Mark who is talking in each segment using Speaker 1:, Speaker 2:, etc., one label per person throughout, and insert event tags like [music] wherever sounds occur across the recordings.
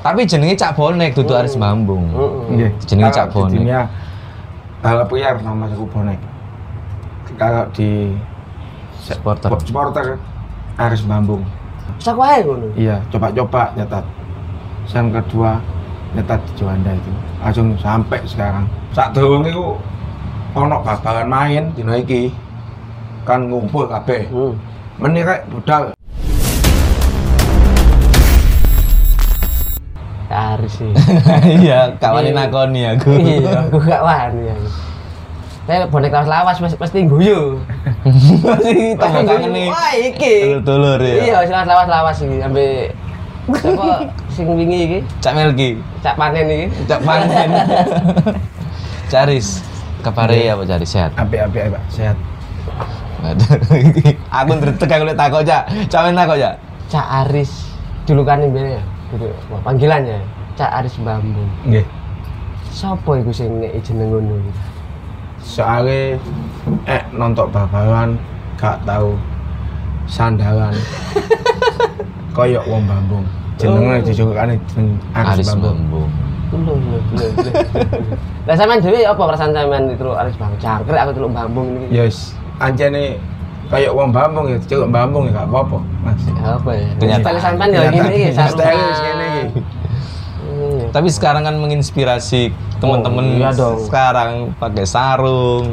Speaker 1: Tapi jenenge cak bonek
Speaker 2: Hmm.
Speaker 1: dudu Aris Mambung.
Speaker 2: Iya.
Speaker 3: Nggih.
Speaker 1: Jenenge Cak
Speaker 3: Kalau
Speaker 1: Bonek.
Speaker 3: di dunia balap liar nama Cak Bonek. Kalau di
Speaker 1: Supporter.
Speaker 3: supporter Aris Bambung.
Speaker 2: Sak wae ngono.
Speaker 3: Iya, coba-coba nyetat. Yang kedua nyetat di Juanda itu. Langsung sampai sekarang. Saat durung iku ono bal-balan main dina iki. Kan ngumpul kabeh.
Speaker 2: Hmm.
Speaker 3: Meni kayak budal.
Speaker 2: Harus [laughs] sih.
Speaker 1: Iya, kawane nakoni aku.
Speaker 2: Iya, aku gak wani aku. Saya bonek lawas-lawas mesti mesti guyu.
Speaker 1: Masih tambah kangen nih.
Speaker 2: Wah, iki.
Speaker 1: Dulur-dulur
Speaker 2: Iya,
Speaker 1: ya.
Speaker 2: wis lawas-lawas iki sampe [laughs] apa sing wingi iki,
Speaker 1: Cak Melki,
Speaker 2: cak panen iki.
Speaker 1: Cak
Speaker 2: [laughs]
Speaker 1: Panen. Caris. Kapare apa Caris sehat?
Speaker 3: Apik-apik Pak, sehat.
Speaker 1: [laughs] aku ndredeg aku lek takok Cak. Cak men takok Cak.
Speaker 2: Cak Aris julukan ini ya. Dulu wah, panggilannya ya. Cak Aris Bambu.
Speaker 3: Nggih.
Speaker 2: Sopo iku sing nek jeneng ngono iki?
Speaker 3: soalnya eh nonton babalan gak tahu sandalan koyok wong bambung jenengnya
Speaker 2: Oh.
Speaker 3: dijulukan jeneng Aris
Speaker 1: Aris
Speaker 3: Bambung
Speaker 1: Bambung.
Speaker 2: Lho, lho, lho, lho. [laughs] Lah sampean dhewe apa perasaan sampean itu Aris Bambu? Cangkrek aku teluk Bambung ini.
Speaker 3: yes anjane koyok wong bambung ya dijuluk bambung ya gak apa-apa mas
Speaker 2: Apa ya?
Speaker 1: Kenyataan.
Speaker 2: Style sampean ya
Speaker 3: Ternyata-
Speaker 2: ngene iki,
Speaker 3: Style
Speaker 2: sarungan.
Speaker 3: segini iki.
Speaker 2: Hmm.
Speaker 1: Tapi sekarang kan menginspirasi
Speaker 2: Oh,
Speaker 1: teman-teman
Speaker 2: iya dong.
Speaker 1: sekarang pakai sarung,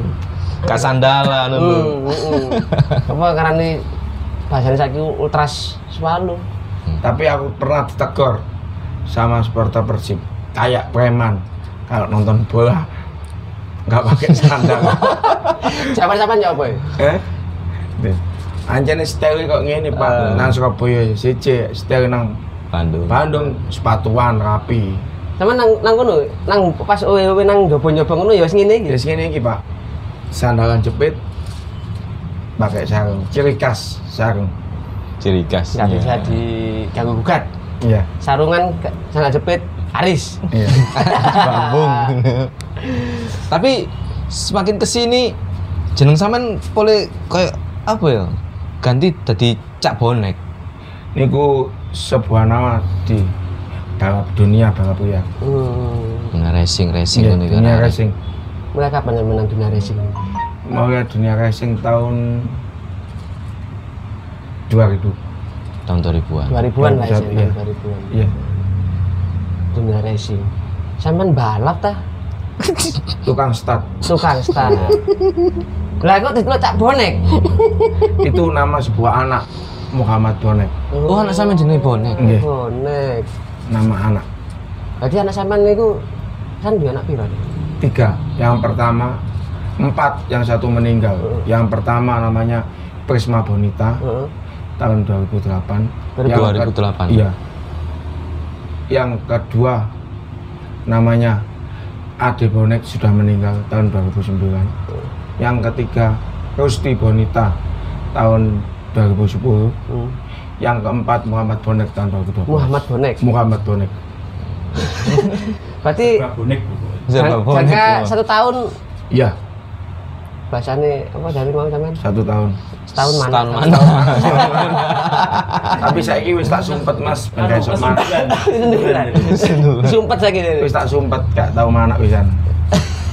Speaker 1: kasandalan
Speaker 2: Hmm,
Speaker 1: lho.
Speaker 2: hmm, hmm. apa karena ini bahasanya saiki ultras selalu
Speaker 3: tapi aku pernah ditegur sama supporter Persib kayak preman kalau nonton bola nggak pakai sandal
Speaker 2: siapa siapa ya apa ya
Speaker 3: Eh? Anjane style kok ngene, Pak. Nang Surabaya siji, style nang
Speaker 1: Bandung.
Speaker 3: Bandung sepatuan rapi.
Speaker 2: sama nang nang kono nang pas owe owe nang nyoba nyoba kono ya wis ngene iki
Speaker 3: Ya ngene iki, Pak. Sandalan jepit pakai sarung, ciri khas sarung.
Speaker 1: Ciri khas.
Speaker 2: nggak
Speaker 1: Iya.
Speaker 2: bisa di ganggu gugat
Speaker 3: Iya.
Speaker 2: sarungan ke- sandal jepit aris
Speaker 3: Iya.
Speaker 1: Bambung. [laughs] Tapi semakin kesini jeneng sampean boleh kayak apa ya? Ganti jadi Cak Bonek.
Speaker 3: Niku sebuah nama di balap dunia balap liar.
Speaker 2: hmm.
Speaker 1: Dengan racing racing
Speaker 3: Iya,
Speaker 1: ngono kan. iku
Speaker 3: dunia
Speaker 1: arek.
Speaker 3: racing.
Speaker 2: mulai kapan yang menang dunia racing
Speaker 3: Mau lihat dunia racing tahun 2000.
Speaker 1: tahun 2000-an.
Speaker 2: 2000-an lah ya
Speaker 3: Iya.
Speaker 2: 2000-an
Speaker 3: Iya.
Speaker 2: dunia racing sampean balap ta
Speaker 3: Tukang start.
Speaker 2: suka star lah kok ditelok cak bonek
Speaker 3: Itu nama sebuah anak Muhammad Bonek.
Speaker 1: Oh, anak sampean jenenge Bonek.
Speaker 3: Nggih,
Speaker 2: bonek
Speaker 3: nama anak.
Speaker 2: Berarti anak sampean niku kan dua anak piro?
Speaker 3: Tiga. Yang pertama empat, yang satu meninggal. Yang pertama namanya Prisma Bonita
Speaker 2: Heeh.
Speaker 3: tahun 2008. Yang ke-
Speaker 1: 2008.
Speaker 3: Iya. Yang kedua namanya Ade Bonek sudah meninggal tahun 2009. Yang ketiga Rusti Bonita tahun 2010. Yang keempat Muhammad Bonek tahun 2012.
Speaker 2: Hmm. Muhammad Bonek.
Speaker 3: Muhammad Bonek.
Speaker 2: Berarti
Speaker 1: Siapa
Speaker 2: jang-
Speaker 1: Iya, Bonek?
Speaker 2: jangka
Speaker 1: Wah.
Speaker 2: satu tahun
Speaker 3: Iya,
Speaker 2: bahasane apa dari mau sampean?
Speaker 3: satu tahun.
Speaker 2: Setahun mana?
Speaker 1: Setahun
Speaker 2: Setahun
Speaker 1: mana? [laughs]
Speaker 3: Tapi saya wis tak sumpet Mas, ben esok mana.
Speaker 2: mana? Sumpet saya gini.
Speaker 3: Wis tak sumpet gak tau mana pisan.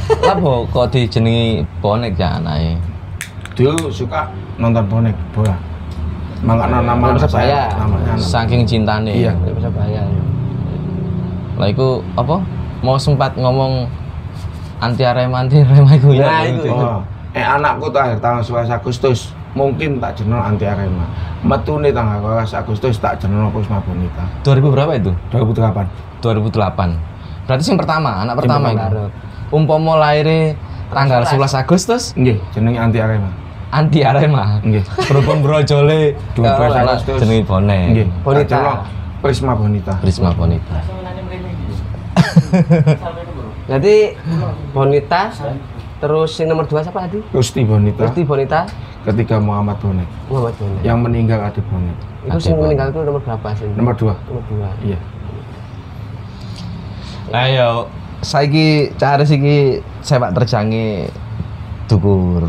Speaker 1: Apa kok dijenengi Bonek ya anake?
Speaker 3: Dulu suka nonton bonek bola. Mangkana Iya, nama
Speaker 2: Bola
Speaker 3: anak saya,
Speaker 2: Persebaya.
Speaker 3: namanya anak.
Speaker 1: Saking cintane.
Speaker 3: Iya.
Speaker 2: Dari Surabaya.
Speaker 1: Lah iku apa? Mau sempat ngomong anti Arema anti Arema iku ya.
Speaker 2: Nah, iku.
Speaker 3: Oh. Eh anakku tuh akhir tanggal 11 Agustus mungkin tak jenol anti Arema. Metune tanggal 12 Agustus tak jenol Kusma Bonita.
Speaker 1: 2000 berapa itu?
Speaker 3: 2008.
Speaker 1: 2008. Berarti yang pertama, anak pertama
Speaker 2: pertama,
Speaker 1: itu.
Speaker 2: Arab.
Speaker 1: Umpama lahirnya tanggal 11 Agustus
Speaker 3: Nggih, jenenge anti Arema.
Speaker 1: anti
Speaker 3: [laughs]
Speaker 1: Arema.
Speaker 3: Nggih.
Speaker 1: Berhubung brojole eh,
Speaker 3: 12
Speaker 1: Kalau
Speaker 3: Agustus.
Speaker 1: anak Jenenge Bonek.
Speaker 3: Nggih, tak
Speaker 2: Bonita.
Speaker 3: jenol Prisma Bonita.
Speaker 1: Prisma Bonita.
Speaker 2: Berarti Bonita terus yang nomor dua siapa tadi?
Speaker 3: Rusti Bonita.
Speaker 2: Berarti Bonita
Speaker 3: Ketiga Muhammad Bonek.
Speaker 2: Muhammad Bonek.
Speaker 3: Yang meninggal Ade Bonek.
Speaker 2: Itu sing meninggal itu nomor berapa sih?
Speaker 3: Nomor dua.
Speaker 2: Nomor dua.
Speaker 3: Iya.
Speaker 1: Ayo, saiki cara iki sepak terjangi dukur.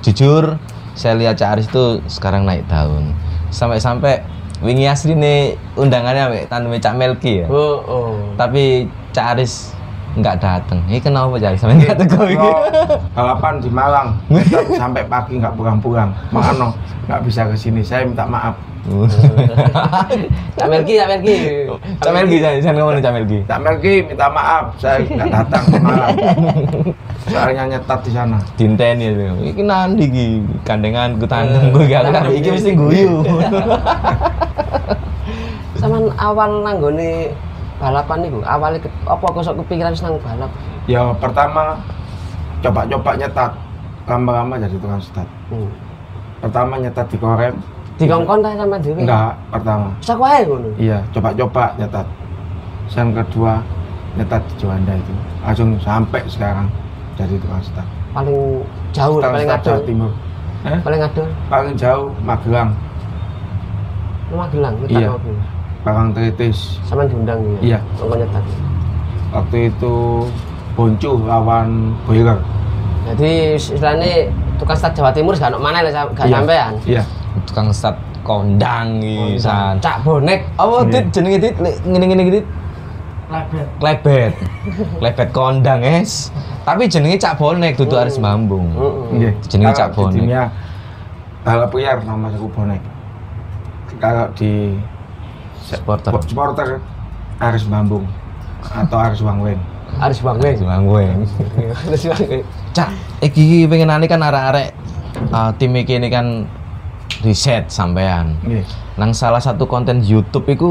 Speaker 1: Jujur, saya lihat Cak Aris itu sekarang naik daun. Sampai-sampai wingi asline undangannya ambek tandume Cak Melki ya.
Speaker 2: Oh, oh.
Speaker 1: Tapi Cak Aris nggak dateng. Ini kenapa Cak Aris sampe nggak teko iki?
Speaker 3: Iya. balapan di Malang tetap sampai pagi nggak pulang-pulang makanya nggak bisa ke sini saya minta maaf
Speaker 1: Oh.
Speaker 2: Cak Melki, Cak Melki.
Speaker 1: [laughs] Cak Melki jangan jangan ngomong Cak Melki.
Speaker 3: Cak Melki minta maaf saya nggak datang ke Malang soalnya nyetat di sana
Speaker 1: Dinten ya, iki nanti iki kandengan ku tandem Iya. gue gak aku iki mesti guyu.
Speaker 2: Saman awal nanggone balapan niku, awalnya ke, apa kosok kepikiran senang balap?
Speaker 3: ya pertama coba-coba nyetat lama-lama jadi tukang setat
Speaker 2: Hmm.
Speaker 3: pertama nyetat di korem
Speaker 2: Dikongkon ta sama dhewe?
Speaker 3: enggak pertama
Speaker 2: Sak wae ngono.
Speaker 3: iya coba-coba nyetat yang kedua nyetat di Juanda itu langsung sampai sekarang jadi tukang setat
Speaker 2: Paling jauh,
Speaker 3: tukang
Speaker 2: paling
Speaker 3: setat
Speaker 2: ngadol.
Speaker 3: Jawa Timur Eh,
Speaker 2: Paling ngadol
Speaker 3: paling jauh Magelang
Speaker 2: lu Magelang, nyetak
Speaker 3: Iya.
Speaker 2: mobil.
Speaker 3: Parang Tritis
Speaker 2: Sama diundang gitu.
Speaker 3: Iya.
Speaker 2: Nongkon nyetak.
Speaker 3: waktu itu Boncu lawan Boiler
Speaker 2: Jadi istilahnya tukang stad Jawa Timur gak ono mana gak
Speaker 3: Iya.
Speaker 2: sampean.
Speaker 3: iya
Speaker 1: [laughs] Tukang sat kondang iki san.
Speaker 2: Cak bonek. oh,
Speaker 1: Apa
Speaker 3: Iya.
Speaker 1: dit jenenge dit Le- ngene-ngene iki dit
Speaker 4: Labet.
Speaker 1: [laughs] klebet. Klebet kondang es. Tapi jenenge Cak Bonek duduk Aris Bambung.
Speaker 2: Hmm.
Speaker 3: iya
Speaker 1: Jenenge Cak
Speaker 3: Kalau
Speaker 1: Bonek.
Speaker 3: di dunia balap liar nama aku Bonek kalau di
Speaker 1: Supporter.
Speaker 3: supporter Aris Bambung atau Aris Wangwen
Speaker 2: Harus bangun.
Speaker 1: Aris Bambung.
Speaker 2: Harus bangun.
Speaker 1: Cak, iki pengenane kan arek-arek uh, tim iki ini kan riset sampean.
Speaker 3: iya
Speaker 1: Nang salah satu konten YouTube iku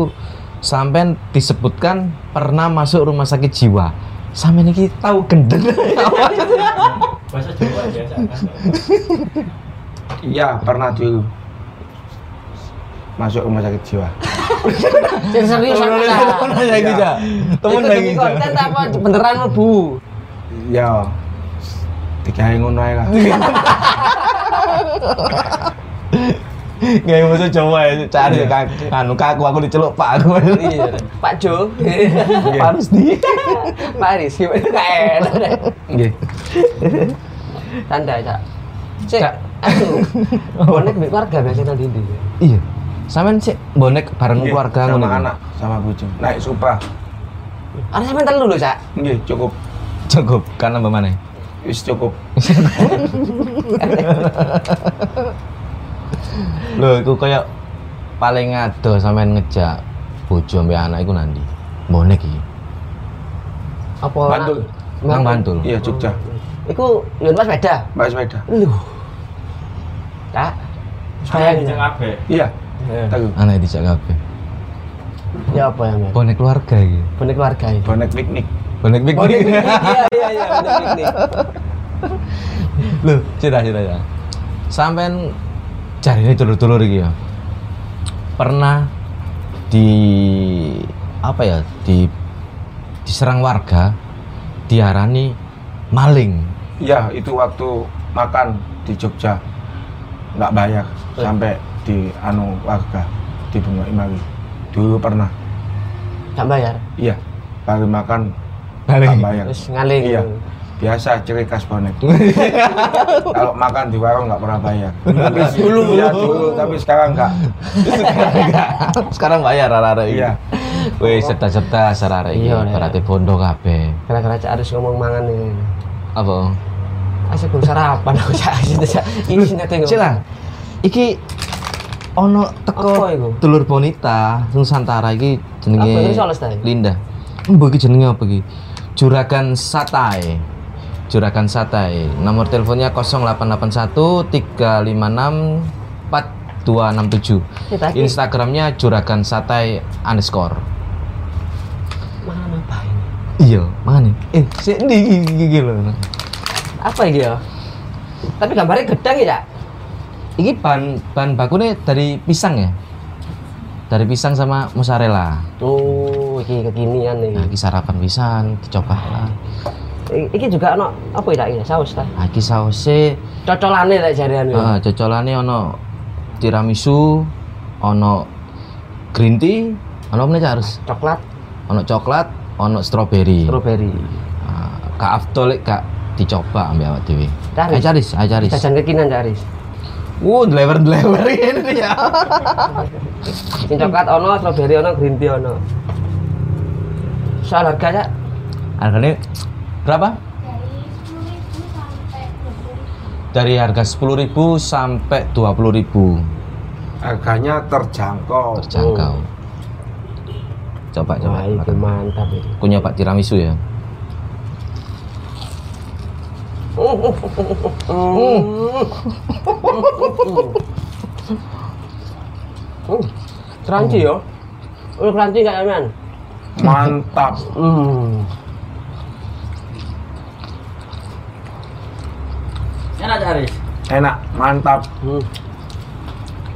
Speaker 1: sampean disebutkan pernah masuk rumah sakit jiwa. Sampean iki tahu gendeng.
Speaker 4: Bahasa Jawa biasa kan.
Speaker 3: iya pernah dulu masuk rumah sakit jiwa
Speaker 2: Sing serius
Speaker 3: [laughs]
Speaker 2: sampean.
Speaker 1: Temen lagi, Cak. Temen
Speaker 2: Itu
Speaker 1: lagi,
Speaker 2: demi
Speaker 1: Cak.
Speaker 2: konten apa beneran mlebu?
Speaker 3: ya tiga hari ngono ae lah
Speaker 2: Iya.
Speaker 1: Gak masuk Jawa ya, cari
Speaker 3: Iya.
Speaker 1: anu kaku aku diceluk Pak aku.
Speaker 2: Iya. Pak Jo.
Speaker 1: Harus di.
Speaker 2: Pak Aris gimana gak enak. deh.
Speaker 3: Nggih.
Speaker 2: Tanda Cak. Cek.
Speaker 1: Cak. Oh.
Speaker 2: Aduh. Bonek mbek keluarga biasa nang ndi?
Speaker 1: Iya. Sampean sih bonek bareng
Speaker 3: Nggih,
Speaker 1: keluarga
Speaker 3: Iya, sama
Speaker 1: ngono.
Speaker 3: anak sama bojo naik supa
Speaker 2: Ada sampean telu lho, Cak.
Speaker 3: nggih cukup
Speaker 1: Cukup karena mbak mana?
Speaker 3: wis cukup
Speaker 1: Lho, iku kayak paling ngado sampean ngejak bojo mbek anak iku nanti. Bonek iki.
Speaker 2: Apa?
Speaker 3: Bantul.
Speaker 1: Nang Bantul.
Speaker 3: iya Jogja
Speaker 2: Iku yo Mas sepeda.
Speaker 3: mbak sepeda
Speaker 2: Lho. Cak.
Speaker 4: Saya
Speaker 2: Sayang.
Speaker 4: Labet.
Speaker 3: iya tahu
Speaker 1: Anak dijak kabeh.
Speaker 2: Ya apa ya, Mas?
Speaker 1: Bonek keluarga iki.
Speaker 2: Bonek keluarga ini.
Speaker 3: bonek piknik
Speaker 1: Bonek big
Speaker 2: Bonek piknik. Iya, iya, iya, bonek piknik.
Speaker 1: [laughs] Lho, cerita-cerita ya. Sampean jarine dulur-dulur iki ya. Pernah di apa ya? Di diserang warga diarani maling.
Speaker 3: iya itu waktu makan di Jogja nggak bayar sampai di anu warga di Bunga Imali dulu pernah
Speaker 2: Gak bayar.
Speaker 3: iya baru makan nggak
Speaker 1: Maling.
Speaker 3: bayar
Speaker 2: Terus ngaling.
Speaker 3: iya biasa ciri khas [laughs] bonek kalau makan di warung nggak pernah bayar tapi dulu ya dulu tapi sekarang nggak
Speaker 1: [laughs] Sekarang bayar arek-arek iki.
Speaker 3: Iya.
Speaker 1: Weh, serta-serta arek-arek iki
Speaker 2: Iya, iya.
Speaker 1: berarti bondo kabeh.
Speaker 2: Gara-gara Cak harus ngomong mangan nih.
Speaker 1: Apa?
Speaker 2: Asik belum sarapan aku Cak. Asik, Cak. Ini sini tengok.
Speaker 1: Cila. Iki ono teko
Speaker 2: Apa iku?
Speaker 1: dulur bonita Nusantara iki
Speaker 2: Apa ini
Speaker 1: jenenge
Speaker 2: soal Stai?
Speaker 1: Linda. Mbok iki jenenge apa iki? Juragan Satai. Juragan Satai. Nomor teleponnya 0881 356 4267.
Speaker 2: Kita iki.
Speaker 1: Instagramnya Juragan Satai underscore.
Speaker 2: Mangan apa ini?
Speaker 1: Iya, mana? Eh, sik ndi iki- iki iki lho.
Speaker 2: Apa ini ya? Tapi gambarnya gedang ya, Cak?
Speaker 1: Iki bahan bahan bakunya dari pisang ya? Dari pisang sama mozzarella.
Speaker 2: Oh, iki kekinian
Speaker 1: Nah,
Speaker 2: nih.
Speaker 1: iki sarapan pisan, dicoba lah.
Speaker 2: I- Iki juga ono apa ya, Cak? Ini Saus ta.
Speaker 1: Nah, iki sausé,
Speaker 2: Cocolane tak jarian
Speaker 1: heeh, cocolane ono tiramisu, ono green tea, ono apa nih Cak, harus?
Speaker 2: Coklat,
Speaker 1: Ono coklat, ono strawberry.
Speaker 2: strawberry.
Speaker 1: Ah, Kak Afdol lek, Kak dicoba ambil awak dhewe.
Speaker 2: Caris.
Speaker 1: Ajaris, ajaris.
Speaker 2: Jajan kekinan Cak Aris.
Speaker 1: Wuh, delewer-delewer [laughs] ini ya.
Speaker 2: Sing coklat ono, strawberry ono, green tea ono. Soal harga Cak.
Speaker 1: Harganya berapa?
Speaker 5: dari 10.000 sampai 20.000
Speaker 1: Dari harga 10.000 sampai 20.000
Speaker 3: Harganya terjangkau.
Speaker 1: terjangkau. Coba coba.
Speaker 2: Wah, itu
Speaker 1: makan.
Speaker 2: mantap itu.
Speaker 1: Punya Pak Tiramisu ya.
Speaker 2: Hmm. Crunchy yo. Oh, crunchy kayak men.
Speaker 3: Mantap.
Speaker 2: Hmm.
Speaker 4: Enak Cak Aris.
Speaker 3: Enak, mantap.
Speaker 2: Hmm.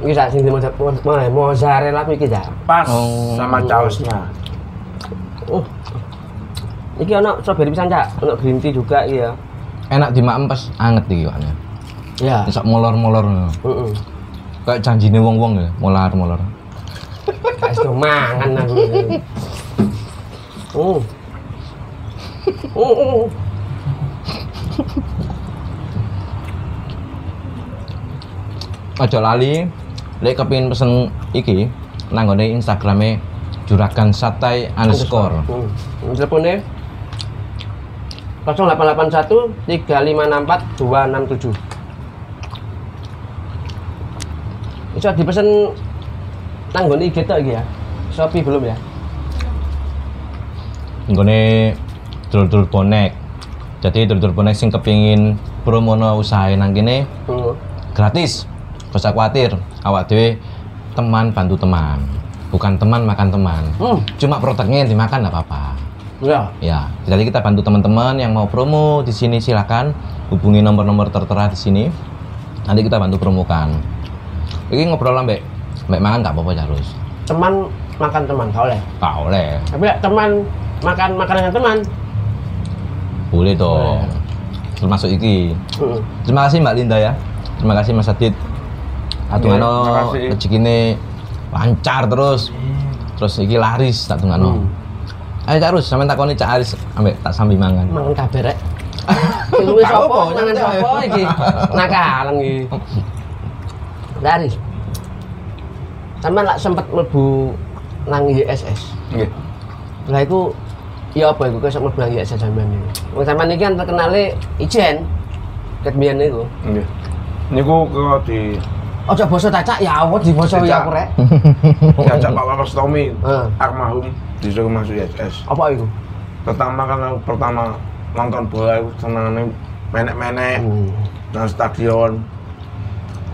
Speaker 2: Iki sak sing di moza- moza- moza- mozzarella iki Cak.
Speaker 3: Pas
Speaker 1: Oh.
Speaker 3: sama sausnya.
Speaker 2: Uh. Iki ono strawberry pisan Cak, ono green tea juga iki ya.
Speaker 1: Enak dimakan pas anget iki Pak.
Speaker 2: Iya.
Speaker 1: Isak molor-molor.
Speaker 2: Heeh.
Speaker 1: Kayak janjine wong-wong ya, molor-molor.
Speaker 2: Kayak sudah mangan aku. Oh. Oh, oh, oh.
Speaker 1: Ojo lali lek kepengin pesen iki nanggone Instagrame juragan satai underscore.
Speaker 2: Hmm. Teleponnya 0881 3564 267. Bisa dipesen nang nggon IG tok iki ya. Shopee belum ya?
Speaker 1: Nggone dulur-dulur bonek. Jadi dulur-dulur bonek sing kepengin promono usahae nang kene
Speaker 2: Hmm.
Speaker 1: gratis. Gak usah khawatir, awak dhewe teman bantu teman. Bukan teman makan teman.
Speaker 2: Hmm.
Speaker 1: Cuma produknya yang dimakan nggak apa-apa.
Speaker 2: Ya.
Speaker 1: Ya, jadi kita bantu teman-teman yang mau promo di sini silakan hubungi nomor-nomor tertera di sini. Nanti kita bantu promokan. Ini ngobrol lah, Mbak. Mbak makan nggak apa-apa harus.
Speaker 2: Teman makan teman, gak oleh.
Speaker 1: Tak oleh.
Speaker 2: Tapi ya, teman makan makan dengan teman.
Speaker 1: Boleh dong. Termasuk iki.
Speaker 2: Hmm.
Speaker 1: Terima kasih Mbak Linda ya. Terima kasih Mas Adit. Atungan
Speaker 3: Iya, terima
Speaker 1: yeah,
Speaker 3: kasih.
Speaker 1: rezekine lancar terus. Terus iki laris tak tungano.
Speaker 3: Hmm.
Speaker 1: Ayo Cak Rus, sampean takoni Cak Aris ambek tak sambil mangan.
Speaker 2: Mangan kabeh
Speaker 1: [laughs]
Speaker 2: rek. Kuwi
Speaker 1: Gak apa-apa,
Speaker 2: sapa? Mangan
Speaker 1: nyantai.
Speaker 2: sapa iki? Nakalan iki. Laris. Sampeyan lak sempet mlebu nang ISS.
Speaker 3: Nggih.
Speaker 2: Lah iku ya apa iku kok mlebu nang ISS sampeyan iki? Wong sampeyan iki kan terkenale ijen. Ket biyen niku.
Speaker 3: Nggih. Niku kok
Speaker 1: [laughs]
Speaker 3: di
Speaker 2: Ojo boso tacak ya awet diboso ya
Speaker 3: Dicak.
Speaker 2: aku rek.
Speaker 3: diajak Pak Wapas Tommy,
Speaker 1: Ah.
Speaker 2: Heeh.
Speaker 3: almarhum disuruh masuk ISS.
Speaker 2: Apa iku?
Speaker 3: Pertama kan aku pertama nonton bola itu senengane menek-menek
Speaker 1: Hmm.
Speaker 2: Hmm,
Speaker 3: nang stadion.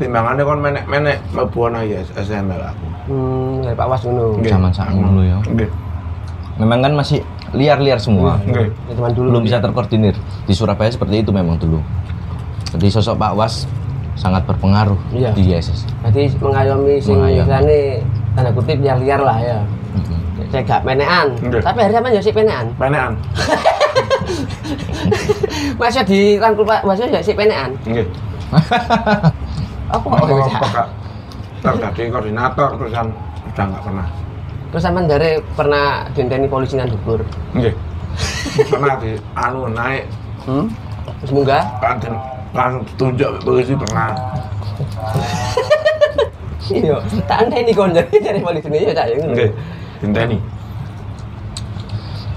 Speaker 3: Timbangannya kan menek-menek mlebu nang ISS ML aku.
Speaker 2: Hmm, dari Pak Was ngono.
Speaker 3: Nggih.
Speaker 1: Zaman saat dulu ya.
Speaker 3: Nggih.
Speaker 1: Memang kan masih liar-liar semua.
Speaker 3: Nggih.
Speaker 2: Ya, Teman dulu.
Speaker 1: belum bisa terkoordinir di Surabaya seperti itu memang dulu jadi sosok Pak Was sangat berpengaruh
Speaker 2: Iya.
Speaker 1: di ISS
Speaker 2: Jadi mengayomi sing
Speaker 1: Mengayomi.
Speaker 2: istilahnya tanda kutip liar-liar lah ya. Saya gak penean,
Speaker 3: Nggih.
Speaker 2: tapi hari sampean yo sik penean.
Speaker 3: Menekan.
Speaker 2: Masih di rangkul Pak, masih yo sik penean.
Speaker 3: Nggih.
Speaker 1: Oh,
Speaker 2: Apa kok
Speaker 1: iya.
Speaker 3: Aku
Speaker 2: bisa?
Speaker 3: bakal terjadi koordinator terusan udah nggak pernah.
Speaker 2: Terus sampean dari pernah dinteni polisi nang dhuwur.
Speaker 3: Nggih. Pernah di anu naik
Speaker 2: Hmm? Terus munggah. [laughs]
Speaker 3: kan langsung ditunjuk ke polisi pernah.
Speaker 2: Iya, tak anteni kon jadi dari polisi ini yo cak.
Speaker 3: Nggih. Dinteni.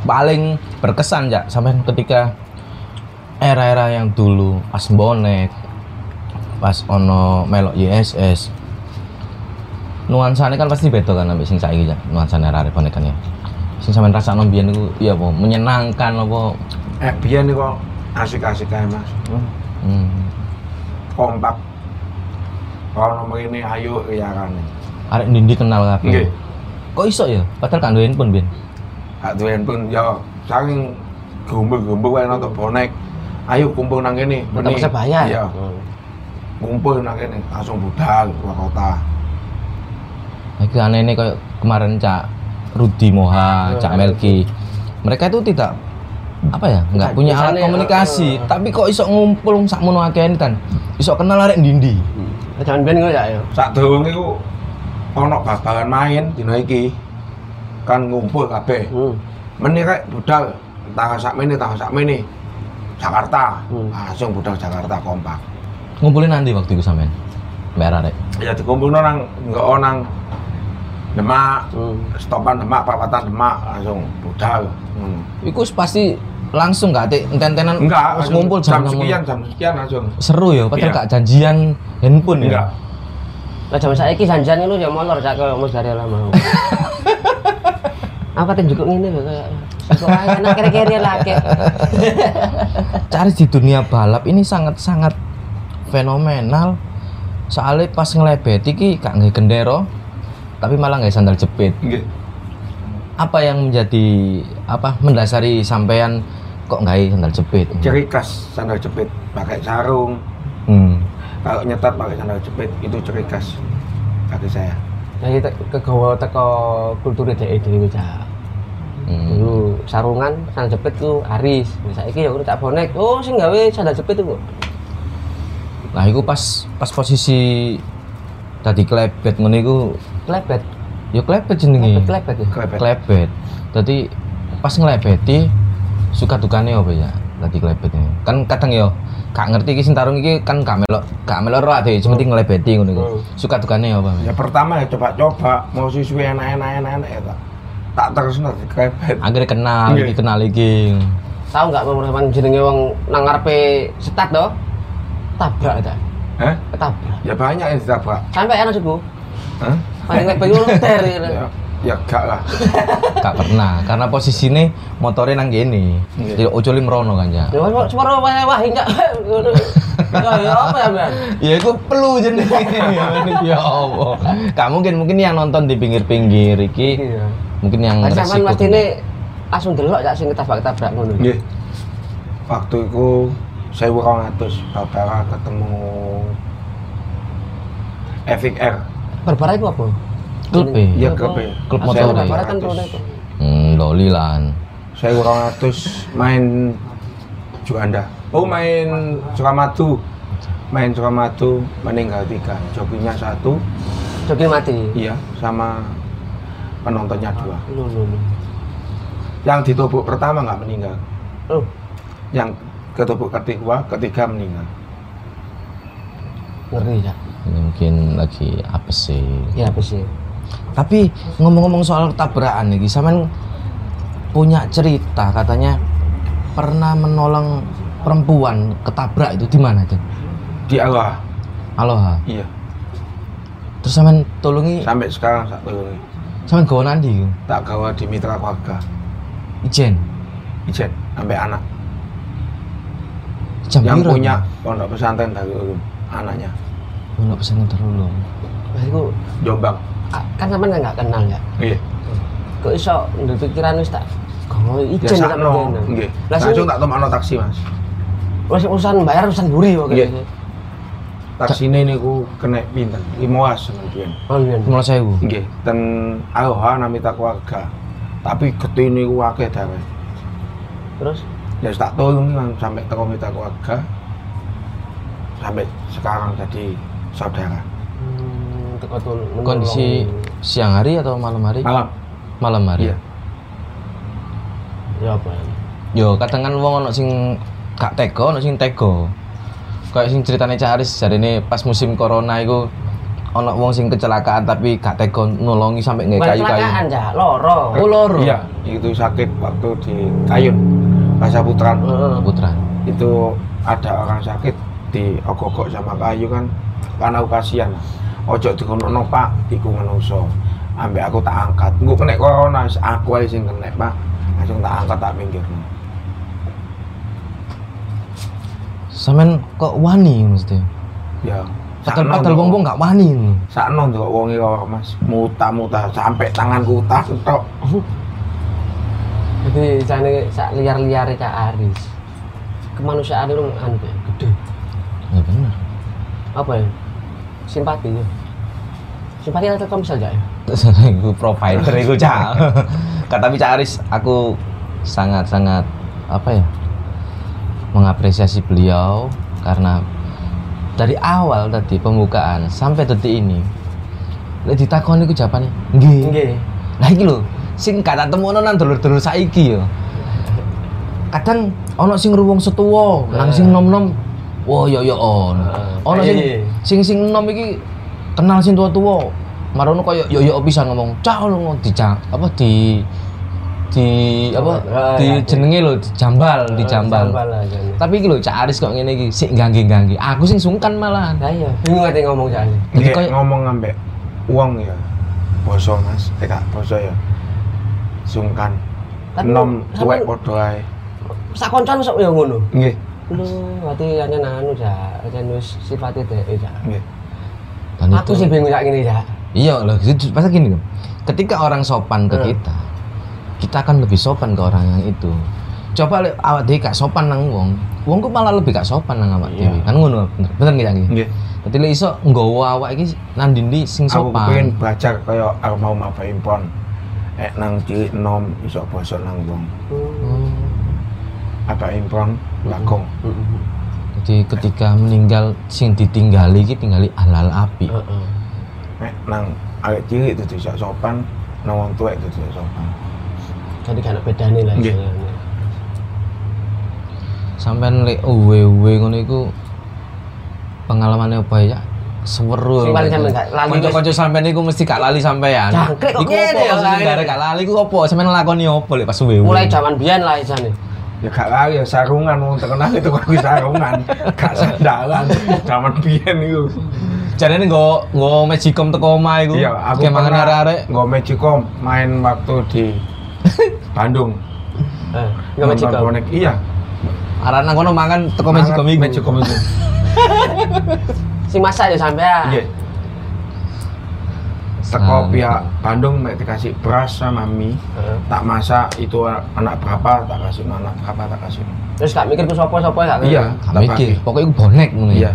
Speaker 1: paling berkesan ya sampai ketika era-era yang dulu pas bonek pas ono melok ISS nuansanya kan pasti beda kan sampai sing saiki ya nuansanya era bonek kan ya sing sampean rasakno mbiyen iku iya apa menyenangkan apa
Speaker 3: Eh, biar nih kok asik-asik aja mas,
Speaker 1: hmm.
Speaker 3: kompak. Kalau nomor ini ayo ya kan,
Speaker 1: arek ndi kenal kabeh
Speaker 3: Nggih.
Speaker 1: kok iso ya padahal kan duwe handphone biyen
Speaker 3: hak tuan pun ya saking gumbel-gumbel wae nonton bonek. Ayo kumpul nang kene.
Speaker 2: Kota
Speaker 3: Meni.
Speaker 2: Persebaya.
Speaker 3: Iya, kumpul nang kene langsung budal keluar kota.
Speaker 1: Iki aneh ini kayak kemarin Cak Rudi Moha, Cak Melki. Mereka itu tidak apa ya? iya. iya. nggak
Speaker 2: Tidak,
Speaker 1: punya alat
Speaker 2: biasanya,
Speaker 1: komunikasi,
Speaker 2: eh, eh.
Speaker 1: tapi kok iso ngumpul sak mono akeh kan. Iso kenal arek ndi-ndi.
Speaker 2: Jangan ben ngono cak yo.
Speaker 3: Sak durung iku ana babalan main dina iki. Kan ngumpul kabeh.
Speaker 2: Hmm.
Speaker 3: Meni rek budal tanggal sakmene tanggal sakmene. Jakarta.
Speaker 2: Hmm.
Speaker 3: Langsung budal Jakarta kompak.
Speaker 1: Ngumpulin nanti waktu itu sampean. merah dek
Speaker 3: ya dikumpulno nang enggak nang Demak,
Speaker 2: Hmm.
Speaker 3: stopan Demak, papatan Demak langsung budal. Hmm.
Speaker 1: Iku pasti langsung gak dek enten-entenan
Speaker 3: Enggak,
Speaker 1: Hmm. wis
Speaker 3: langsung
Speaker 1: ngumpul jam,
Speaker 3: jam
Speaker 1: enam.
Speaker 3: sekian, jam sekian langsung.
Speaker 1: seru ya padahal
Speaker 3: Iya.
Speaker 1: gak janjian handphone
Speaker 3: Enggak.
Speaker 1: ya
Speaker 2: Lah jaman saiki janjian lu ya molor sak koyo mozzarella mau. Apa teh juga ngene lho kayak. Sekolah enak kere-kere lah kayak.
Speaker 1: Eh, cari di dunia balap ini sangat-sangat fenomenal soalnya pas ngelebet iki gak nggak gendero tapi malah nggak sandal jepit
Speaker 3: Nggih.
Speaker 1: apa yang menjadi apa mendasari sampean kok nggak sandal jepit
Speaker 3: Ciri khas sandal jepit, pakai sarung.
Speaker 1: hmm.
Speaker 3: Kalau nyetat pakai sandal jepit itu ciri khas bagi saya.
Speaker 2: Lah iki te- kegawa teko kulture dhek dhewe cah.
Speaker 1: Hmm.
Speaker 2: Dulu sarungan, sandal jepit ku aris. Lah saiki ya kudu tak bonek. Oh sing gawe sandal jepit iku.
Speaker 1: nah itu pas pas posisi tadi klebet ngene iku
Speaker 2: Klebet,
Speaker 1: ya klebet jenenge
Speaker 2: klebet, klebet ya.
Speaker 3: Klepet.
Speaker 1: klebet jadi pas ngelebeti suka dukane apa ya tadi klebet ini kan kadang yo gak ngerti iki sing tarung iki kan gak melok gak melok ora deh cuma ngelebeti ngono iku suka dukane apa
Speaker 3: Ya pertama ya coba-coba, mau siswi enak-enak-enak ya tak. Tak terus nanti klepet.
Speaker 1: akhirnya kenal
Speaker 3: Nggih.
Speaker 1: iki kenal iki
Speaker 2: Tahu enggak pemeraman jenenge wong nang ngarepe setat to? Tabrak ta.
Speaker 3: Hah?
Speaker 2: Ketabrak.
Speaker 3: Ya banyak yang ditabrak.
Speaker 2: Sampai ana suku.
Speaker 3: Hah?
Speaker 2: Paling klebet ku ter.
Speaker 3: Ya, ya gak lah.
Speaker 1: gak pernah karena posisine motore nang kene
Speaker 3: Nggih.
Speaker 1: jadi ojo limrono kan ya
Speaker 2: Ya wis kok sepuro wae wae enggak. [laughs] Ngono. Ya apa ya, Mbak?
Speaker 1: ya itu perlu jenenge [laughs] ya Allah gak mungkin mungkin yang nonton di pinggir-pinggir iki
Speaker 2: Iya.
Speaker 1: mungkin yang
Speaker 2: Lah
Speaker 1: resiko
Speaker 2: sampean mestine langsung delok cak sing ketabrak-ketabrak
Speaker 1: Iya.
Speaker 2: ngono.
Speaker 3: Nggih. Waktu itu saya kurang atus Barbara ketemu Epic Air.
Speaker 2: Berbara iku apa?
Speaker 1: Klepe.
Speaker 3: Iya,
Speaker 2: Apa?
Speaker 3: klepe.
Speaker 1: ya. Klub
Speaker 2: Apa
Speaker 1: motor.
Speaker 2: Berbara kan rone iku.
Speaker 1: hmm, lolilan
Speaker 3: Saya kurang atus main Juanda. Oh main Sukamatu. Main Sukamatu meninggal tiga. Jokinya satu,
Speaker 2: Joki mati.
Speaker 3: iya sama penontonnya dua.
Speaker 2: Lho lho lho.
Speaker 3: Yang ditobok pertama nggak meninggal.
Speaker 2: Loh,
Speaker 3: Yang ketobok kedua, ketiga meninggal.
Speaker 2: ngeri ya.
Speaker 1: Ini mungkin lagi apa sih
Speaker 2: Ya apa sih?
Speaker 1: tapi ngomong-ngomong soal tabrakan nih sampean punya cerita katanya pernah menolong perempuan ketabrak itu di mana tuh
Speaker 3: Di Allah,
Speaker 1: aloha
Speaker 3: iya.
Speaker 1: terus sampean tolongi
Speaker 3: Sampai sekarang satu ini.
Speaker 1: sampean gawa nandi
Speaker 3: tak gawa di mitra keluarga
Speaker 1: ijen
Speaker 3: ijen sampai anak
Speaker 1: jam
Speaker 3: yang
Speaker 1: piro?
Speaker 3: punya pondok pesantren dari ulum anaknya
Speaker 1: pondok pesantren terlalu
Speaker 2: Lah iku
Speaker 3: jombang
Speaker 2: a- kan sampean enggak kenal ya.
Speaker 3: iya
Speaker 2: Kok iso ndek pikiran wis tak gowo
Speaker 3: ya
Speaker 2: ijen kan?
Speaker 3: sakno nggih
Speaker 2: Lah sing
Speaker 3: langsung tak tomano taksi mas
Speaker 2: wis urusan bayar urusan buri kok.
Speaker 3: Iya. taksine niku kena pinten limoas kemudian
Speaker 2: Oh iya.
Speaker 1: mulai saya
Speaker 3: nggih ten aloha nang mitra keluarga tapi gede niku akeh dawe
Speaker 2: Terus
Speaker 3: ya wis tak tolong kan sampai teko mitra keluarga sampai sekarang jadi saudara
Speaker 2: hmm, teko tol- menolong.
Speaker 1: kondisi siang hari atau malam hari
Speaker 3: malam
Speaker 1: malam hari
Speaker 3: iya
Speaker 2: ya apa ya?
Speaker 1: yo kadang kan wong ono sing gak tega ono sing tega kayak sing ceritane Cak Aris jarine pas musim corona iku ono wong sing kecelakaan tapi gak tega nolongi sampai nggak
Speaker 2: Bukan
Speaker 1: kayu-kayu
Speaker 2: kecelakaan ya, loro.
Speaker 1: oh loro
Speaker 3: iya itu sakit waktu di Kayun Pasar Putran
Speaker 2: Heeh.
Speaker 1: putra
Speaker 3: itu ada orang sakit di ogok sama kayu kan karena aku kasihan ojo dikono pak iku menungso ambek aku tak angkat engko kena corona wis aku ae sing kena pak langsung tak angkat tak minggir
Speaker 1: sampean kok wani mesti
Speaker 3: ya
Speaker 1: padahal wong-wong gak wani
Speaker 3: sakno ndelok wonge kok Mas muta-muta sampai tanganku tas tok
Speaker 2: Jadi jane sak liar-liar Cak Aris. Kemanusiaan itu anu Cak, gede.
Speaker 3: Iya,
Speaker 1: ya bener
Speaker 2: Apa ya? Simpati ya. Simpati atau komsel ya?
Speaker 1: [laughs] iku provider iku Cak kata tapi Cak Aris aku sangat-sangat apa ya mengapresiasi beliau karena dari awal tadi pembukaan sampai detik ini lek ditakoni iku jawabane nggih
Speaker 2: Nggih.
Speaker 1: lah iki lho sing kata temono nang dulur-dulur ya. saiki yo kadang ono sing ruwung setuwa nang sing nom-nom Wah, ya ya ono.
Speaker 2: Heeh.
Speaker 1: Ono sing
Speaker 2: Eh. Iya, iya.
Speaker 1: sing sing nom iki kenal sing tua-tua. Marono koyo ya ya pisan ngomong, "Cah lu ngomong di apa di di apa
Speaker 2: Ah,
Speaker 1: di
Speaker 2: iya, iya.
Speaker 1: jenenge lho dijambal, dijambal.
Speaker 2: Jambal ya. aja.
Speaker 1: Tapi iki lho Cak Aris kok ngene iki, sik gangge-gangge. Aku sing sungkan malahan.
Speaker 2: Lah iya, bingung ati ngomong jane.
Speaker 1: Jadi
Speaker 3: Nek
Speaker 1: kayak-
Speaker 3: ngomong ambek uang ya. Boso Mas, eh gak boso ya. Sungkan.
Speaker 2: Tapi-
Speaker 3: Nom
Speaker 2: tapi-
Speaker 3: tuwek padha ae.
Speaker 2: Sak koncoan sok ya ngono.
Speaker 3: Nggih,
Speaker 2: Lu ati anyen anu ja, anyen wis sifate dhek ja.
Speaker 3: nggih.
Speaker 1: Dan
Speaker 2: Aku sih bingung sak ngene ja.
Speaker 1: Iya loh, gitu. Masa gini loh. Ketika orang sopan ke
Speaker 2: Hmm.
Speaker 1: kita, kita akan lebih sopan ke orang yang itu. Coba le- awak dhewe gak sopan nang wong, wong ku malah lebih gak sopan nang awak
Speaker 3: Iya.
Speaker 1: dhewe. Kan ngono, bener. Bener nggih Cak?
Speaker 3: Nggih.
Speaker 1: Dadi lek iso nggawa awak iki nang ndi sing
Speaker 3: Aku
Speaker 1: sopan.
Speaker 3: pengen belajar kaya aku mau maba impon. Ek nang cilik nom iso boso nang wong.
Speaker 1: Oh.
Speaker 3: Apa impon bagong.
Speaker 1: Hmm. Jadi ketika meninggal sing ditinggali iki tinggali halal api.
Speaker 2: Heeh.
Speaker 3: Nek nang arek cilik itu iso sopan, nang wong tuwek itu iso sopan.
Speaker 2: Jadi gak ada bedane lah
Speaker 3: Nggih.
Speaker 2: istilahnya.
Speaker 1: Sampeyan lek uwe-uwe ngono iku pengalamannya apa ya? Seweru.
Speaker 2: Sing paling sampean gak lali wis.
Speaker 1: Kanca-kanca sampean iku mesti gak lali sampean.
Speaker 2: Jangkrik kok
Speaker 1: Iku opo
Speaker 2: ngene ya,
Speaker 1: sing
Speaker 2: Kak?
Speaker 1: gara gak lali iku opo? Sampeyan lakoni opo lek pas uwe-uwe?
Speaker 2: Mulai zaman biyen lah isane.
Speaker 3: Ya gak lari ya sarungan wong terkenal itu kok sarungan, gak sandalan. Zaman biyen iku.
Speaker 1: Jarene nggo nggo magicom teko omah iku.
Speaker 3: Iya, aku
Speaker 1: Kayak mangan arek-arek.
Speaker 3: Nggo Magicom main waktu di Bandung.
Speaker 2: Eh, enggak
Speaker 3: Nonton
Speaker 2: macam.
Speaker 3: bonek. Iya.
Speaker 1: Arek nang kono mangan teko
Speaker 3: Mangan
Speaker 1: magicom iku.
Speaker 3: Magicom itu.
Speaker 2: Si masak ya sampean.
Speaker 3: Iya. Teko pihak Bandung mek dikasih beras sama mie.
Speaker 2: Heeh.
Speaker 3: Tak masak itu anak berapa, tak kasih anak berapa, tak kasih.
Speaker 2: Terus gak mikir ku sapa-sapa gak. mikir.
Speaker 3: Iya,
Speaker 1: Gak
Speaker 3: tak
Speaker 1: mikir,
Speaker 3: pakai.
Speaker 1: pokoknya iku bonek ngono ya.
Speaker 3: Iya.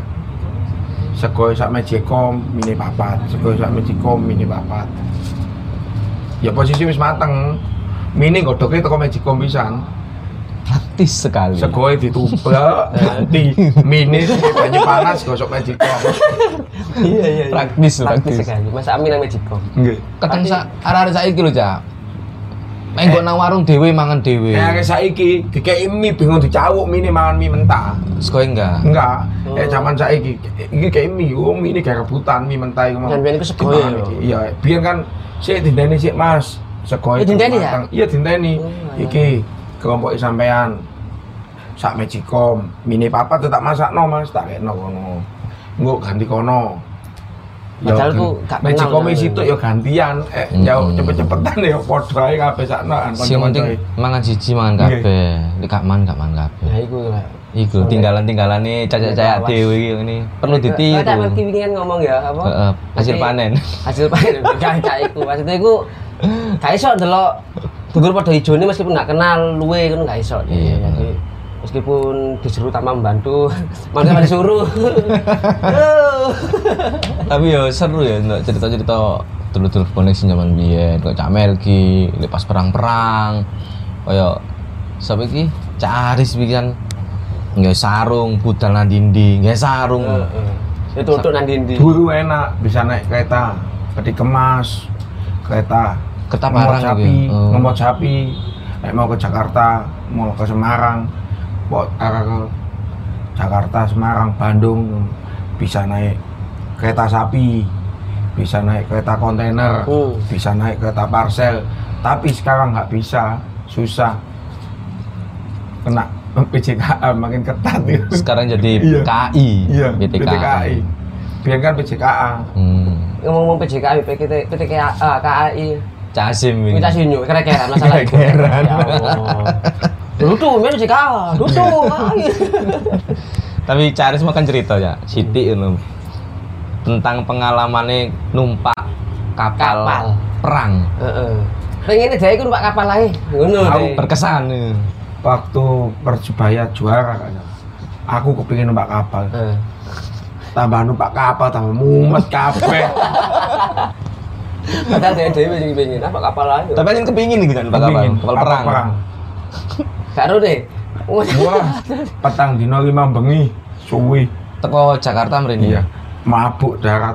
Speaker 3: Sego sak Magicom mini papat, sego sak Magicom mini papat. Ya posisi wis mateng. Mini godoknya teko Magicom pisan.
Speaker 1: Praktis sekali.
Speaker 3: Segoe ditubruk, ganti mini banyu panas gosok magicom.
Speaker 2: Iya iya. iya.
Speaker 1: Praktis,
Speaker 2: praktis
Speaker 1: praktis.
Speaker 2: sekali. Masak mie nang Mejikom.
Speaker 3: Nggih.
Speaker 1: Kadang sak arek-arek saiki lho, Cak. Menggo nang warung dhewe mangan dhewe.
Speaker 3: Nek arek saiki dikeki mie bingung dicawuk mini mangan mie mentah.
Speaker 1: Sekoe enggak?
Speaker 3: Enggak.
Speaker 2: Oh.
Speaker 3: Nek zaman saiki iki kei mie wong mie ini gak rebutan mie mentah iku mau.
Speaker 2: Dan biyen iku segoe
Speaker 3: Dimakan
Speaker 2: lho.
Speaker 3: iki. Iya, biyen kan sik dinteni sik Mas. Segoe.
Speaker 2: Eh, dinteni ya?
Speaker 3: Iya
Speaker 2: Oh,
Speaker 3: dinteni.
Speaker 2: alah.
Speaker 3: Iki kelompok sampean. Sak magicom, mini papat tetap masakno Mas, tak kekno kono. Engko ganti kono. Ya
Speaker 2: Padahal ku gak kenal
Speaker 3: Magic
Speaker 2: sama
Speaker 3: itu
Speaker 2: ini.
Speaker 3: ya gantian, eh
Speaker 1: Hmm.
Speaker 3: jauh cepet-cepetan ya padha ae kabeh sakno kan
Speaker 1: Sing penting mangan siji mangan
Speaker 3: Nggih.
Speaker 1: kabeh. Nek gak mangan gak mangan kabeh.
Speaker 2: Nah iku lah.
Speaker 1: Iku tinggalan-tinggalane cacak-cacak
Speaker 2: Awas.
Speaker 1: dhewe iki ngene. Perlu
Speaker 2: Kau tak
Speaker 1: ditiru.
Speaker 2: ngerti winginan ngomong ya apa?
Speaker 1: Heeh, hasil
Speaker 2: Nanti- [laughs]
Speaker 1: panen.
Speaker 2: Hasil panen gak gak iku. Maksudnya iku gak iso delok dulur padha ijone meskipun gak kenal luwe ngono gak iso.
Speaker 1: Iya,
Speaker 2: Jadi meskipun disuruh tanpa membantu, [laughs] malah malah disuruh.
Speaker 1: [laughs] Tapi ya seru ya untuk cerita-cerita dulu-dulu koneksi zaman biyen, kok Cak Melki, lek pas perang-perang. Kaya sapa iki? Cak Aris pisan. Nggak sarung, budal nang dinding, nggak sarung.
Speaker 2: Heeh. Itu untuk nanti ndi.
Speaker 3: Dulu enak bisa naik kereta, peti kemas, kereta,
Speaker 1: Kereta
Speaker 3: ngemot
Speaker 1: barang
Speaker 3: sapi,
Speaker 1: gitu ya? Oh.
Speaker 3: ngemot sapi, naik mau ke Jakarta, mau ke Semarang, mau arah ke Jakarta, Semarang, Bandung, bisa naik kereta sapi, bisa naik kereta kontainer,
Speaker 2: Oh.
Speaker 3: bisa naik kereta parcel, tapi sekarang nggak bisa, susah, kena [laughs] PJKA makin ketat gitu.
Speaker 1: Sekarang jadi
Speaker 3: Iya.
Speaker 1: KI,
Speaker 3: Iya,
Speaker 1: BTKI.
Speaker 3: PTKI. Biar kan PJKA.
Speaker 1: Hmm.
Speaker 2: Ngomong-ngomong PJKI, PT, PTKA, KAI,
Speaker 1: Cak Asim ini.
Speaker 2: kita sinyo keren-keren masalah itu.
Speaker 1: Keren-keren.
Speaker 2: Ya Allah. Dudu, men PJKA, dudu, KAI.
Speaker 1: Tapi Cak Aris makan cerita ya, Siti ini. Tentang pengalamannya numpak kapal,
Speaker 2: Kapal.
Speaker 1: perang.
Speaker 2: Heeh. Pengen ini dhek iku numpak kapal ae. Ngono
Speaker 3: Aku
Speaker 2: dhek.
Speaker 1: Berkesan. ya.
Speaker 3: Waktu Persebaya juara kan. Aku kepingin numpak kapal.
Speaker 2: Heeh.
Speaker 3: Tambah numpak kapal, tambah mumet kabeh.
Speaker 2: Padahal dhek dhewe sing pengen numpak kapal ae.
Speaker 1: Tapi kan kepingin nih jangan numpak kapal,
Speaker 3: Kepingin
Speaker 1: kapal perang.
Speaker 2: Karo dhek.
Speaker 3: Wah, petang dino lima bengi, suwi.
Speaker 1: Teko Jakarta mrene. [laughs]
Speaker 3: Iya. Mabuk darat.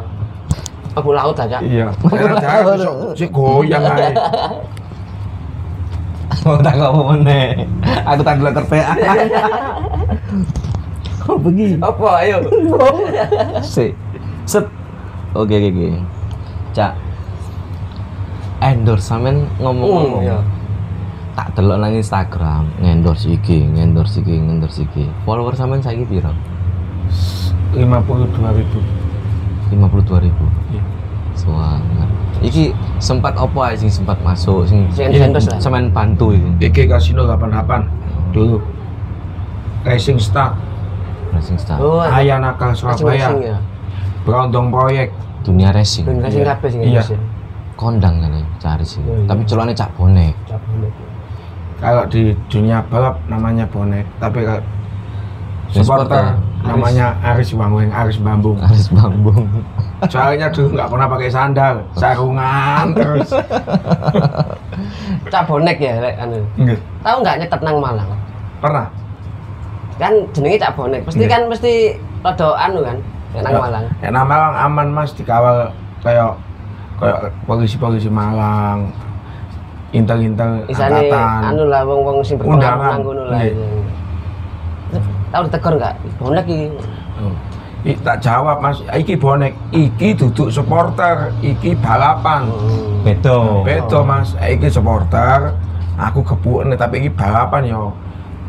Speaker 2: Aku laut aja.
Speaker 3: Iya. Darat darat iso si goyang ae.
Speaker 1: Mau tak ngomong meneh. Aku tak gelek terpeak. Kok begini?
Speaker 2: Apa ayo?
Speaker 1: Sik. Set. Oke oke oke. Cak. Endorse sampean ngomong-ngomong.
Speaker 2: Hmm, iya.
Speaker 1: Tak delok nang Instagram, ngendorse iki, ngendorse iki, ngendorse iki. Follower sampean saiki piro?
Speaker 3: 52 ribu
Speaker 1: 52.000.
Speaker 3: Iya.
Speaker 1: Suangar. Iki sempat opo ae sing sempat masuk sing
Speaker 2: Sing
Speaker 3: Iya.
Speaker 2: endorse lah.
Speaker 1: sampean bantu iki.
Speaker 3: IG Casino 88 dulu Racing Star
Speaker 1: Racing Star.
Speaker 2: Oh,
Speaker 3: Ayah Nakal
Speaker 2: masing-masing
Speaker 3: Surabaya
Speaker 2: ya.
Speaker 3: Berondong Proyek
Speaker 1: Dunia racing.
Speaker 2: Dan kasih
Speaker 3: Iya.
Speaker 2: kabeh sing
Speaker 3: Iya.
Speaker 2: Indonesia.
Speaker 1: Kondang kan ya, cari sih.
Speaker 2: Iya, iya.
Speaker 1: Tapi celone cak bonek.
Speaker 3: kalau di dunia balap namanya bonek tapi kalau
Speaker 1: Ya,
Speaker 3: supporter
Speaker 1: supporter.
Speaker 3: namanya Aris Wangweng Aris Bambung
Speaker 2: Ah.
Speaker 1: Aris Bambung.
Speaker 3: soalnya dulu nggak pernah pakai sandal
Speaker 2: Oh. [laughs]
Speaker 3: sarungan terus
Speaker 2: Cak bonek ya lek anu.
Speaker 3: Nggih.
Speaker 2: Tahu nggak nyetet nang Malang?
Speaker 3: pernah
Speaker 2: Kan jenenge cak bonek. Pasti
Speaker 3: Iya.
Speaker 2: kan mesti rada anu kan lek nang Malang.
Speaker 3: Ya, nang Malang aman mas dikawal kayak kayak polisi-polisi Malang intel-intel
Speaker 2: Isane anu
Speaker 3: angkatan
Speaker 2: lah wong-wong sing berpengaruh
Speaker 3: Undangan.
Speaker 2: nang ngono lah.
Speaker 3: Iya.
Speaker 2: Tahu ditegur nggak? Bonek iki.
Speaker 3: Oh. I, tak jawab mas iki bonek iki duduk supporter iki
Speaker 2: Oh.
Speaker 3: balapan
Speaker 1: Beto.
Speaker 3: Beto mas, iki supporter, aku kebuan tapi iki balapan yo.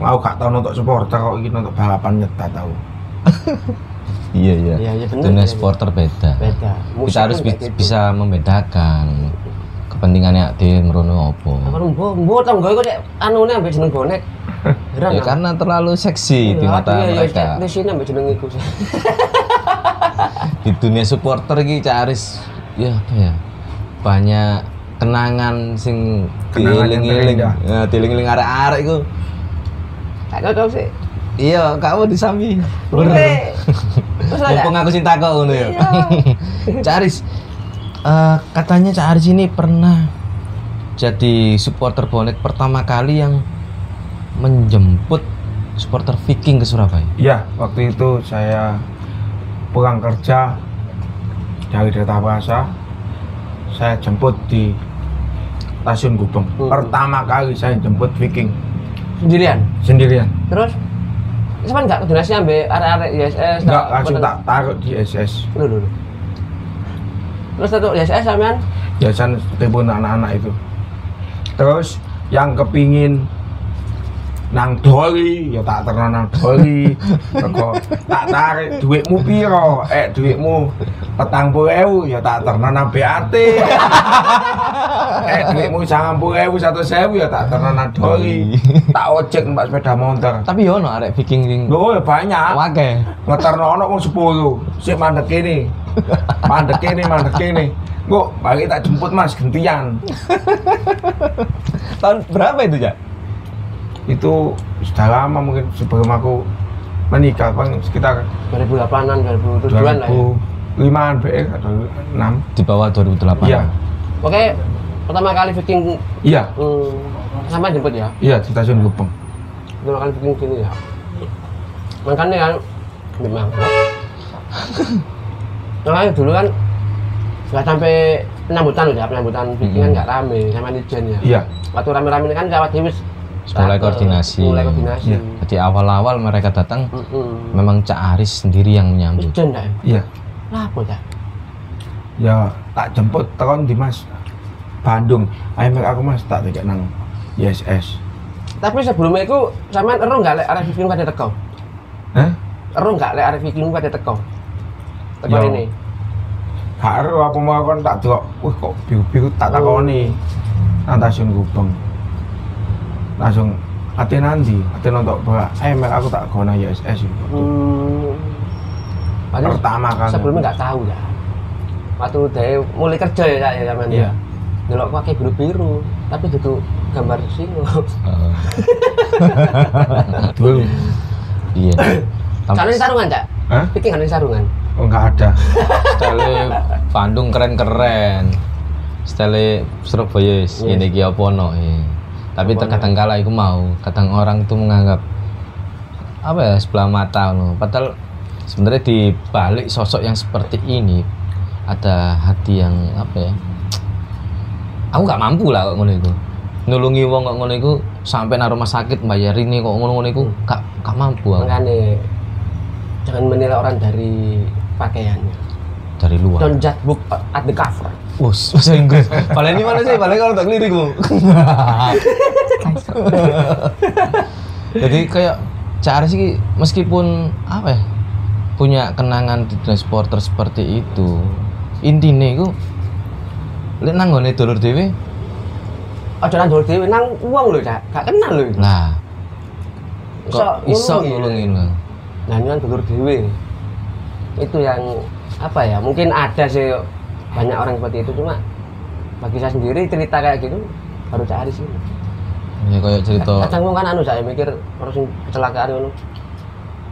Speaker 3: Mau gak tau nonton supporter kok iki nonton balapan nyetak tau.
Speaker 1: Iya iya.
Speaker 2: Iya, iya, bener,
Speaker 1: Dunia
Speaker 2: iya, iya.
Speaker 1: supporter beda.
Speaker 2: Beda.
Speaker 1: Kita
Speaker 2: Musuh
Speaker 1: harus
Speaker 2: kan
Speaker 1: bi-
Speaker 2: kayak gitu.
Speaker 1: bisa membedakan kepentingannya di merono opo.
Speaker 2: Apa mbo mbo tonggo iku nek anune ambek jeneng bonek. Heran.
Speaker 1: Ya
Speaker 3: Iya kan?
Speaker 2: aku.
Speaker 1: karena terlalu seksi di
Speaker 2: Iya,
Speaker 1: mata
Speaker 2: iya, iya,
Speaker 1: mereka.
Speaker 2: Di sini ambek jeneng iku.
Speaker 1: Di dunia supporter iki Cak Aris ya apa ya? Banyak kenangan sing
Speaker 3: Kenangan yang
Speaker 1: dieling-eling.
Speaker 3: terindah.
Speaker 1: Ya, dieling-eling arek-arek iku.
Speaker 2: Tak cocok sih.
Speaker 1: Iya, kamu disami.
Speaker 3: [laughs]
Speaker 2: Weh. Terus ada.
Speaker 1: Mumpung aku cinta kok ngono ya.
Speaker 2: Iya.
Speaker 1: [laughs] Cak Aris, eh, katanya Cak Aris ini pernah jadi supporter bonek pertama kali yang menjemput supporter Viking ke Surabaya.
Speaker 3: Iya, waktu itu saya pulang kerja dari Data Bahasa, saya jemput di stasiun Gubeng.
Speaker 2: Hmm.
Speaker 3: Pertama kali saya jemput Viking
Speaker 2: Sendirian.
Speaker 3: sendirian.
Speaker 2: Terus Cuman enggak koordinasi ambek arek-arek ISS.
Speaker 3: Enggak langsung tak taruh di SS.
Speaker 2: Loh, loh, loh. Terus satu ISS sampean
Speaker 3: Biasanya timbun Ya, anak-anak itu. Terus yang kepingin nang doli ya tak terno nang doli Teko, tak tarik duitmu piro eh duitmu petang puluh ya tak terno nang BAT eh duitmu sangat puluh satu sewu ya tak terno nang doli tak ojek mbak sepeda motor
Speaker 1: Tapi yo ono arek Viking sing
Speaker 3: Loh, ya banyak
Speaker 1: wake.
Speaker 3: ngeterno ono wong 10 sik mandek kene mandek kene mandek kene kok bagi tak jemput mas gentian
Speaker 1: Tahun berapa itu, Cak?
Speaker 3: itu sudah lama mungkin sebelum aku menikah paling sekitar
Speaker 2: 2008-an, 2007-an lah ya.
Speaker 3: 2005 an BE atau 6
Speaker 1: Di bawah 2008.
Speaker 3: iya
Speaker 2: Oke, pertama kali Viking
Speaker 3: iya
Speaker 2: hmm, sampean jemput ya.
Speaker 3: iya di stasiun Gubeng
Speaker 2: Pertama kali Viking gini ya. Makanya kan memang.
Speaker 1: [laughs]
Speaker 2: Makanya dulu kan nggak sampai penyambutan loh ya, penyambutan Viking kan
Speaker 1: Hmm.
Speaker 2: nggak rame sama Nijen ya.
Speaker 3: iya
Speaker 2: Waktu rame-rame ini kan lewat Dewi
Speaker 1: Mulai koordinasi.
Speaker 2: Mulai koordinasi. Hmm,
Speaker 3: Iya.
Speaker 1: Jadi awal-awal mereka datang
Speaker 2: Mm-mm.
Speaker 1: memang Cak Aris sendiri yang
Speaker 2: [laughs]
Speaker 1: menyambut.
Speaker 2: Nijen nggak ya?
Speaker 3: iya
Speaker 2: Lah apa ya?
Speaker 3: ya tak jemput tekan di mas Bandung ayo mek aku mas tak tidak nang ISS
Speaker 2: Tapi sebelumnya itu sampean ero nggak lek arek Viking pada teko?
Speaker 3: Hah?
Speaker 2: Ero nggak lek arek Viking pada teko? Teko
Speaker 3: Yo.
Speaker 2: ini.
Speaker 3: Gak ero apa mau kon tak delok. Wih kok biru-biru tak takoni. Nang stasiun Gubeng. Langsung ate nanti, ate nonton bola. Eh mek aku tak gona YSS iki.
Speaker 2: Hmm. Padahal
Speaker 3: Pertama kali.
Speaker 2: sebelumnya nggak tahu ya. Waktu dari mulai kerja ya Cak, ya zaman
Speaker 3: Iya.
Speaker 2: ya. Delok pakai biru biru, tapi itu gambar singo.
Speaker 1: Heeh.
Speaker 3: Dulu.
Speaker 1: iya.
Speaker 2: Kalau
Speaker 1: Tambah
Speaker 2: ini sarungan cak?
Speaker 3: Hah?
Speaker 2: Viking kalau ini sarungan.
Speaker 3: Oh enggak ada.
Speaker 1: style Bandung keren-keren. Style Surabaya yes.
Speaker 2: Yes.
Speaker 1: ini iki apa no. iya. Tapi
Speaker 2: Apa no?
Speaker 1: terkadang kala iku mau, kadang orang tuh menganggap apa ya sebelah mata no. Padahal sebenarnya di balik sosok yang seperti ini ada hati yang apa ya? Aku nggak mampu lah kok ngono iku. Nulungi wong kok ngono iku sampai nang rumah sakit bayar ini kok ngono-ngono iku gak gak mampu aku.
Speaker 2: Makanya jangan menilai orang dari pakaiannya
Speaker 1: dari luar.
Speaker 2: don't judge book at the cover
Speaker 1: Wus, bahasa Inggris. Paling di mana sih? Paling kalau tak lirik Bu. Jadi kayak cara sih meskipun apa ya punya kenangan di transporter seperti itu intinya itu lek nang nggone dulur dhewe
Speaker 2: ojo nang dol dhewe nang wong lho cak gak kenal lho ya.
Speaker 1: lah kok iso
Speaker 2: ngulungi.
Speaker 1: ngulungin Bang.
Speaker 2: nah ini kan dulur dhewe itu yang apa ya mungkin ada sih banyak orang seperti itu cuma bagi saya sendiri cerita kayak gitu baru cari sih
Speaker 1: ya kayak
Speaker 3: Gitu.
Speaker 1: cerita
Speaker 2: kadang wong kan anu saya mikir harus kecelakaan ngono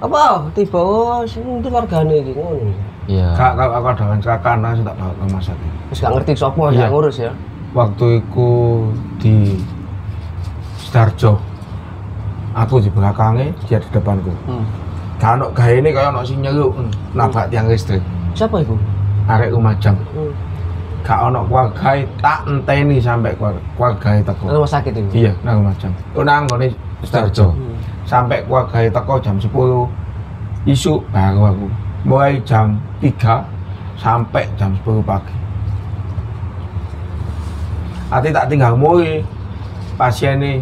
Speaker 2: apa tiba oh sing itu wargane iki ngono
Speaker 1: ya
Speaker 3: Kak, kalau aku ada kecelakaan, langsung tak bawa ke rumah sakit.
Speaker 2: terus gak ngerti sapa
Speaker 3: Iya.
Speaker 2: yang ngurus ya
Speaker 3: waktu itu di Sidarjo aku di belakangnya dia di depanku
Speaker 2: hmm.
Speaker 3: kalau gaya ini kayak ono sing nyeluk hmm, nabrak tiang listrik
Speaker 2: siapa itu
Speaker 3: arek Lumajang
Speaker 2: hmm.
Speaker 3: gak ono keluarga e tak enteni sampai keluarga keluarga e teko
Speaker 2: Nang rumah sakit itu
Speaker 3: iya nang Lumajang itu nang ngone Sidarjo
Speaker 2: Hmm.
Speaker 3: sampai keluarga teko jam 10 isu baru aku mulai jam 3 sampai jam 10 pagi Ati tak tinggal mulai pasien ini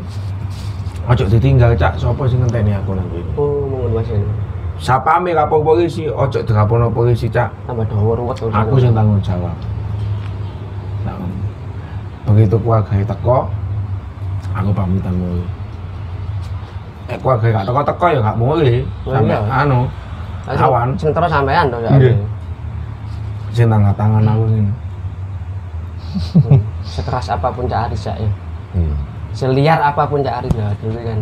Speaker 3: ojo ditinggal cak sopo sing ngenteni aku nanti
Speaker 2: oh mau ngurus ini
Speaker 3: siapa mi lapor polisi ojo dilaporno polisi cak
Speaker 2: tambah dawa ruwet urusan
Speaker 3: aku yang tanggung jawab nah, begitu keluarga teko aku pamitan mulai eh keluarga gak teko teko ya gak mulai
Speaker 2: Oh,
Speaker 3: sampai
Speaker 2: iya.
Speaker 3: anu
Speaker 2: Lah, sing-
Speaker 3: awan
Speaker 2: sing terus sampean to ya
Speaker 3: Iya. sing tangga tangan aku ini
Speaker 2: Hmm. sekeras apapun cak Aris Cak, ya
Speaker 1: iya.
Speaker 2: seliar apapun cak Aris ya dulu kan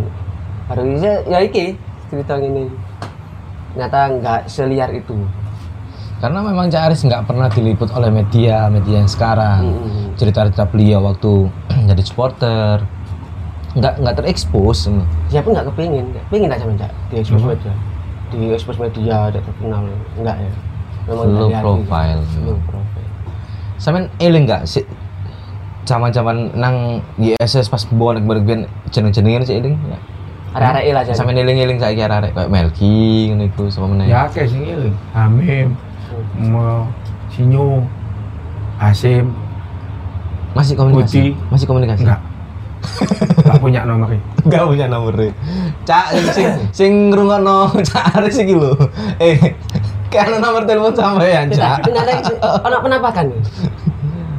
Speaker 2: baru bisa ya iki cerita ini ternyata nggak seliar itu
Speaker 1: karena memang Cak Aris nggak pernah diliput oleh media media yang sekarang
Speaker 2: Mm-mm.
Speaker 1: cerita-cerita beliau waktu [clears throat] jadi supporter nggak nggak terekspos ini.
Speaker 2: saya pun nggak kepingin nggak kepingin aja mencak di ekspos media di ekspos media ada terkenal enggak ya memang
Speaker 1: Low
Speaker 2: dari hati.
Speaker 1: profile.
Speaker 2: low profile
Speaker 1: sampean eling nggak sih zaman-zaman nang YSS pas bolak balik bian jeneng-jenengan sih eling nggak?
Speaker 2: Arek-arek eling aja.
Speaker 1: sampean eling-eling saiki arek-arek kayak Melki ngono iku sama meneh
Speaker 3: ya kayak sing ini Hamim mau Sinyo Asim
Speaker 1: masih komunikasi
Speaker 3: Budi.
Speaker 1: masih komunikasi [laughs]
Speaker 2: [laughs]
Speaker 3: enggak gak punya nomornya
Speaker 1: Enggak punya nomornya cak sing sing sing ngrungokno [laughs] cak Aris iki lho eh [laughs] kan nomor telepon sampean cak
Speaker 2: tidak benar anak penampakan ya?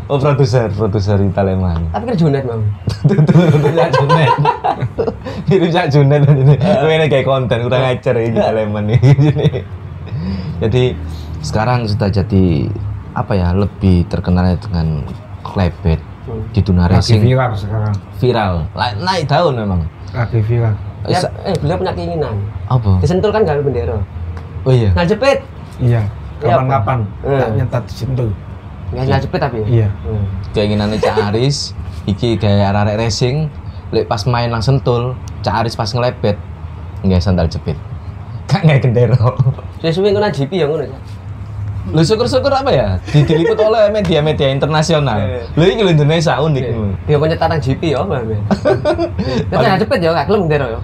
Speaker 1: oh produser produser di Taleman
Speaker 2: tapi kan Junet mam
Speaker 1: Itu Cak Junet Itu Cak Junet ini Ini kayak konten kurang ajar ini Cak Leman ini Jadi- Jadi sekarang sudah jadi apa ya lebih terkenalnya dengan klebet di dunia
Speaker 3: lagi
Speaker 1: racing
Speaker 3: viral sekarang
Speaker 1: viral La- naik daun memang
Speaker 3: lagi viral
Speaker 2: ya,
Speaker 1: Sa-
Speaker 2: eh beliau punya keinginan
Speaker 1: apa
Speaker 2: disentul kan nggak ada bendera
Speaker 1: oh iya
Speaker 2: nggak jepit
Speaker 3: iya
Speaker 2: Iya, Pak.
Speaker 3: kapan-kapan
Speaker 2: Eh.
Speaker 3: tak nyentat disentuh
Speaker 2: nggak nggak jepit tapi ya
Speaker 3: iya
Speaker 2: Hmm.
Speaker 1: keinginannya Cak Aris iki gaya arek racing lek pas main langsung sentul Cak Aris pas ngelebet nggak sandal jepit kak nggak gendero
Speaker 2: sesuai dengan GP ya ngono Cak.
Speaker 1: Lu syukur-syukur apa ya? Di- Diliput oleh media-media
Speaker 2: Iya.
Speaker 1: internasional. Lu ini lho Indonesia unik.
Speaker 3: Hmm.
Speaker 2: dia punya tanah GP ya
Speaker 3: [laughs]
Speaker 2: mam ya tapi nggak jepit ya nggak kelem bendera ya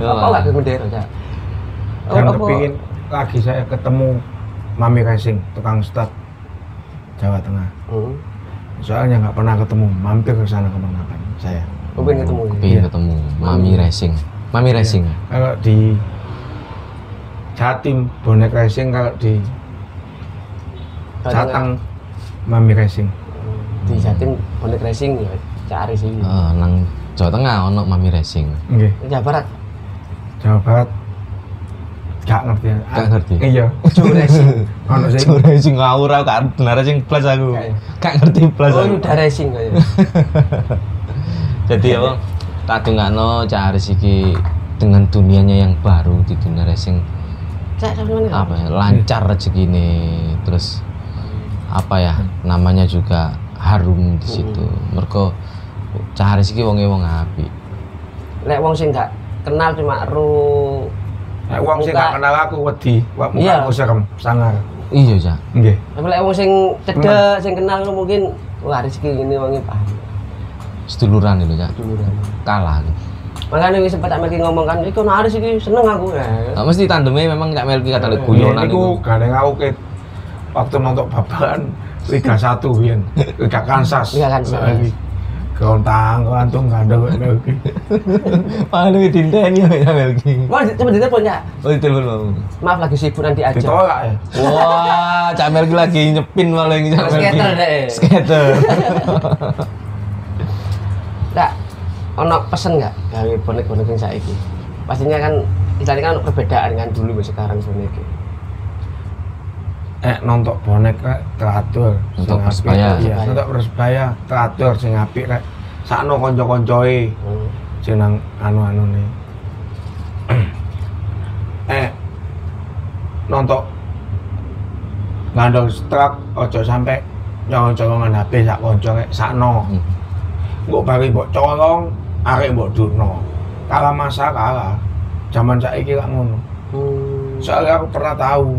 Speaker 2: apa nggak kelem bendera cak Oh,
Speaker 3: dan
Speaker 2: apa?
Speaker 3: Iya. kepingin lagi saya ketemu Mami Racing tukang stat Jawa Tengah
Speaker 2: Hmm.
Speaker 3: soalnya nggak pernah ketemu mampir ke sana kemanapun saya
Speaker 2: Aku pengen ketemu Iya. ya.
Speaker 1: Kepingin Iya, ketemu Mami Racing. Mami Racing.
Speaker 3: Ya, kalau di Jatim bonek racing kalau di
Speaker 2: Jawa
Speaker 3: Jateng Mami Racing
Speaker 2: kan, hmm, di Jatim bonek racing ya cari sih
Speaker 1: Eh,
Speaker 3: Ah.
Speaker 1: nang Jawa Tengah ono Mami Racing.
Speaker 3: Nggih,
Speaker 2: Jawa Barat
Speaker 3: Jawa Barat gak ngerti
Speaker 1: Gak ngerti.
Speaker 3: iya
Speaker 2: Jawa
Speaker 3: [laughs]
Speaker 2: racing
Speaker 3: ono sing
Speaker 1: Jawa Racing ngawur aku kan benar racing plus aku.
Speaker 2: Kayak.
Speaker 1: Gak ngerti plus
Speaker 2: Iya, oh
Speaker 1: aku.
Speaker 2: udah racing
Speaker 3: [laughs]
Speaker 2: kayaknya
Speaker 1: Jadi apa? Tak dungakno Cak Aris iki dengan dunianya yang baru di dunia racing
Speaker 2: cak sampai mana
Speaker 1: apa ya, lancar rezeki ini terus apa ya namanya juga harum di situ mergo cahari siki wonge wong api
Speaker 2: lek wong sing nggak kenal cuma ru
Speaker 3: nek wong sing gak
Speaker 2: Muka.
Speaker 3: kenal aku wedi wak
Speaker 2: Iya.
Speaker 3: muka aku serem sangar
Speaker 1: iya cak
Speaker 3: nggih
Speaker 2: tapi lek wong sing cedek sing kenal lu mungkin wah rezeki ini wongnya paham
Speaker 1: seduluran itu cak
Speaker 2: dulu kan
Speaker 1: kalah aku.
Speaker 2: makanya wis sempat Melki ngomong kan iku ana Aris iki seneng aku ya
Speaker 1: Nah, mesti tandemnya memang Cak Melki kata lek
Speaker 3: Ini
Speaker 1: guyonan
Speaker 3: ku
Speaker 1: itu.
Speaker 3: gandeng aku ke waktu nonton babakan Liga 1 Wien, Liga Kansas.
Speaker 2: Liga Kansas.
Speaker 3: Lagi. Gontang, gantung, gandeng. lagi.
Speaker 1: Paling dinteni ya Cak Melki.
Speaker 2: wah cepet ditelepon ya
Speaker 1: Oh, ditelepon mau.
Speaker 2: maaf lagi sibuk nanti aja
Speaker 3: Ditolak ya.
Speaker 1: Wah, Cak Melki lagi nyepin malah ini Cak Melki.
Speaker 2: Skater deh. [laughs]
Speaker 1: Skater.
Speaker 2: Kak, ono pesen nggak dari bonek-bonek yang saiki? Pastinya kan istilahnya kan ono perbedaan kan dulu sama sekarang bonek. iki.
Speaker 3: Eh nonton bonek rek teratur.
Speaker 1: Nonton
Speaker 3: sing apik.
Speaker 1: Persebaya.
Speaker 3: Iya, nonton Persebaya teratur sing apik rek. Sakno kanca-kancoe
Speaker 2: Hmm.
Speaker 3: sing nang anu-anu ne. [coughs] eh nonton ngandong struk ojo sampe nyolong-colongan HP sak kanca rek sakno.
Speaker 1: Hmm.
Speaker 3: Mbok bari mbok colong, arek mbok durno. Kala masa kalah. Zaman saiki lak ngono.
Speaker 2: Hmm.
Speaker 3: soalnya aku pernah tahu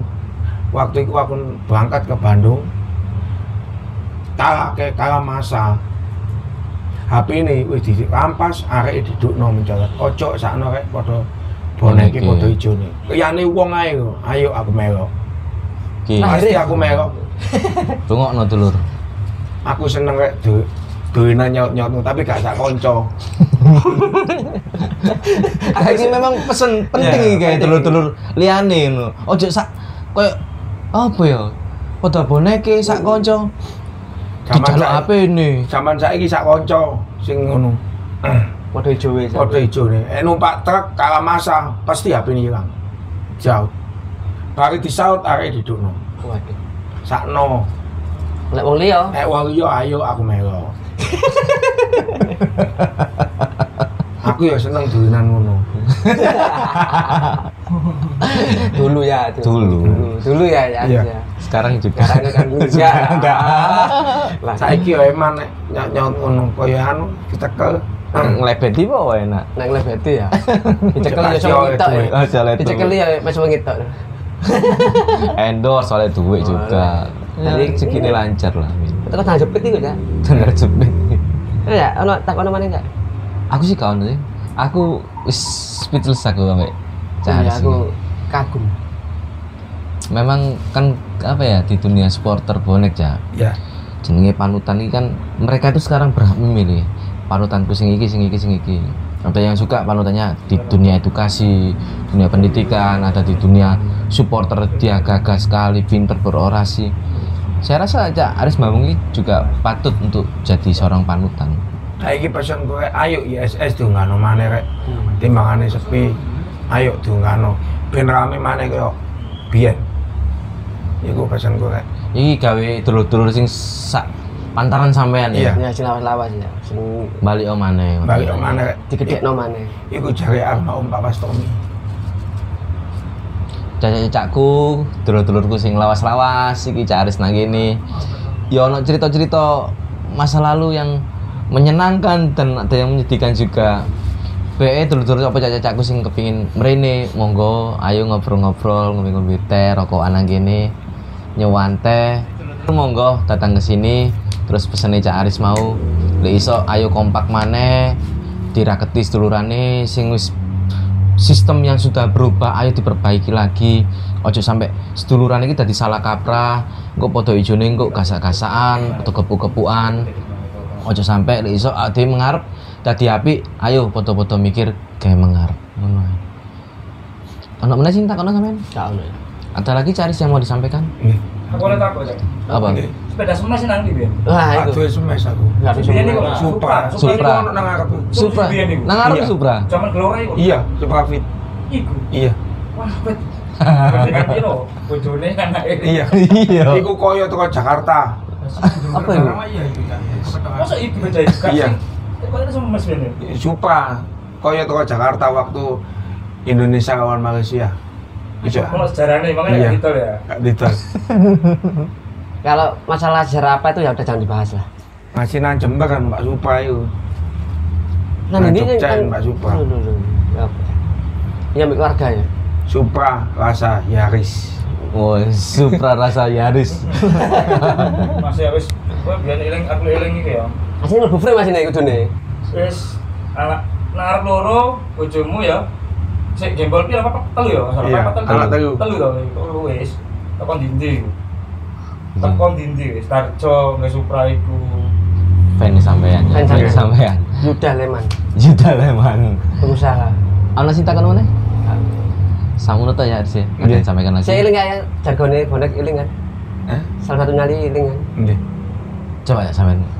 Speaker 3: waktu itu aku berangkat ke Bandung kalah ke kalah masa HP ini wis di rampas arek e didukno mencolot ojo sakno rek padha bonek iki
Speaker 1: Boneke.
Speaker 3: padha ijone liyane wong ae lho. ayo aku melok
Speaker 1: Oke,
Speaker 2: Nah,
Speaker 3: pasti
Speaker 2: Akhirnya.
Speaker 3: aku melok
Speaker 1: tungokno dulur.
Speaker 3: aku seneng rek do doenan nyaut-nyautmu tapi gak sak kanca
Speaker 1: Ini memang pesen penting iki kayak telur-telur liane ngono. Ojo sak koyo apa ya? Padha boneke sak
Speaker 2: Oh.
Speaker 1: kanca. Dijaluk HP ini.
Speaker 3: zaman saiki sak kanca sing ngono
Speaker 2: Waduh hijau ya.
Speaker 3: Kode hijau nih. Eh numpak truk kalah masa pasti HP ini hilang. Jauh. Bari disaut arek didukno.
Speaker 2: Waduh.
Speaker 3: Sakno.
Speaker 2: Lek wong liya, [laughs]
Speaker 3: Eh wong liya ayo aku melo. aku ya seneng dolanan ngono.
Speaker 2: dulu ya dulu.
Speaker 1: Dulu.
Speaker 2: Dulu, dulu ya ya.
Speaker 3: Iya.
Speaker 2: ya.
Speaker 1: Sekarang juga.
Speaker 2: Sekarang
Speaker 1: [laughs]
Speaker 2: kan [laughs] enggak.
Speaker 1: enggak.
Speaker 2: Lah saiki
Speaker 3: Saiki ya eman nek nyaut ngono koyo anu ditekel.
Speaker 2: Hmm.
Speaker 1: Ngelebeti apa enak?
Speaker 2: nang lebeti [laughs] ya. Dicekel
Speaker 3: Jelas
Speaker 2: ya
Speaker 3: ya,
Speaker 2: sama kita.
Speaker 3: duwe.
Speaker 1: Oh, jalan itu.
Speaker 2: Dicekel ya pas wong kita.
Speaker 1: Endorse oleh duit
Speaker 2: Oh,
Speaker 1: juga.
Speaker 2: lah.
Speaker 1: Jadi segini lancar lah. Min.
Speaker 2: Itu kan jepit iku ya.
Speaker 1: Dengar jepit.
Speaker 2: Ya, ono takon mana enggak?
Speaker 1: Aku sih kawan sih. Aku wis speechless aku sampe. Cari
Speaker 2: Iya, aku kagum.
Speaker 1: Memang kan apa ya di dunia supporter bonek ya.
Speaker 3: Ya.
Speaker 1: jenenge panutan ini kan mereka itu sekarang berhak memilih panutanku sing iki sing iki sing iki ada yang suka panutannya di dunia edukasi dunia pendidikan ada di dunia supporter dia gagah sekali pinter berorasi saya rasa Cak Aris Bambung ini juga patut untuk jadi seorang panutan
Speaker 3: Saiki pesen kowe ayo ISS dongano maneh rek. Timbangane sepi. Ayo dongano ben rame maneh koyo biyen. Iku pesen kowe rek.
Speaker 1: ini gawe dulur-dulur sing sak pantaran sampean ya
Speaker 3: Iya.
Speaker 2: Ya sing lawas-lawas ya.
Speaker 3: Oh.
Speaker 2: Sing
Speaker 1: balik omane
Speaker 3: Balik nang maneh rek.
Speaker 2: digedhekno maneh.
Speaker 3: Iku jari almarhum Pak Wastomi.
Speaker 1: cacak-cacakku, dulur-dulurku sing lawas-lawas, iki Cak Aris nang kene. Ya ono cerita-cerita masa lalu yang menyenangkan dan ada yang menyedihkan juga. Be dulur-dulur apa cacak-cacakku sing kepingin mrene, monggo ayo ngobrol-ngobrol, ngombe-ngombe teh, rokokan nang kene, nyewaan teh. Monggo datang ke sini terus pesene Cak Aris mau. Lek iso ayo kompak maneh diraketis dulurane sing wis sistem yang sudah berubah ayo diperbaiki lagi ojo sampai seduluran ini tadi salah kaprah kok podo ijone kok gasak-gasaan atau kepu-kepuan ojo sampai lek iso ade mengarep tadi api ayo podo-podo mikir kayak mengarep ngono ae. ono meneh sing takono sampean
Speaker 2: Gak ono ya.
Speaker 1: ada lagi cari yang mau disampaikan
Speaker 4: Aku oleh takut ya.
Speaker 1: apa
Speaker 3: Nggih.
Speaker 4: Sepeda semes nang ndi, Bian?
Speaker 2: Wah,
Speaker 3: Aduh
Speaker 2: itu.
Speaker 3: semes aku.
Speaker 2: Enggak bisa.
Speaker 4: Biyen iku,
Speaker 3: Supra.
Speaker 1: Supra.
Speaker 3: Supra. Iku ono nang aku.
Speaker 1: Supra
Speaker 4: Biyen iku.
Speaker 1: nang ngarep
Speaker 3: Iya.
Speaker 4: [laughs]
Speaker 1: Supra
Speaker 4: Zaman gelora iku.
Speaker 3: Iya, Supra Fit.
Speaker 4: Iku.
Speaker 3: Iya.
Speaker 4: Wah,
Speaker 3: [laughs]
Speaker 4: bet. Kan kira bojone kan ae.
Speaker 3: Iya.
Speaker 1: iya
Speaker 3: Iku koyo teko Jakarta. Nah,
Speaker 2: Apa itu?
Speaker 4: Masa ibu beda ibu kan?
Speaker 3: Iya.
Speaker 4: Kok itu semes Bian ya?
Speaker 3: Supra. Koyo teko Jakarta waktu Indonesia lawan Malaysia. Iya.
Speaker 4: Kalau sejarahnya makanya
Speaker 3: Iya.
Speaker 4: gitu ya.
Speaker 3: Kak Dito.
Speaker 2: Kalau masalah sejarah apa itu ya udah jangan dibahas lah.
Speaker 3: Masih nang Jember kan Mbak Supra itu. Nah, Jogja
Speaker 2: kan-
Speaker 3: yang Mbak Supra.
Speaker 2: Duh, duh, duh. Ya, apa ya? Ini ambil keluarga ya.
Speaker 3: Supra rasa Yaris.
Speaker 1: oh Supra rasa Yaris
Speaker 4: Masih ya wis, kowe biyen eling aku eling iki ya.
Speaker 2: Aslinya lebih free masih naik kudu nih.
Speaker 4: Wis ala Nar loro bojomu ya. Sik gembol piro apa telu ya? Masalah
Speaker 3: Iya,
Speaker 4: apa
Speaker 3: anak telu.
Speaker 4: Telu to iku wis. Tekan dindi.
Speaker 3: Hmm.
Speaker 4: Tekan dindi wis Tarjo nggih Supra iku.
Speaker 1: Fan sampean. ya,
Speaker 2: Fan
Speaker 1: Fan
Speaker 2: sampean.
Speaker 1: sampean.
Speaker 2: Yuda Leman,
Speaker 1: Juta leman.
Speaker 2: pengusaha.
Speaker 1: Ana sing takon meneh? Samono ta ya sih.
Speaker 3: Nggih.
Speaker 1: Ada sampaikan lagi.
Speaker 2: Saya iling kayak jargone bonek iling kan.
Speaker 3: Hah?
Speaker 2: Salah satu nyali iling kan.
Speaker 3: Eh? Nggih.
Speaker 1: Coba ya sampean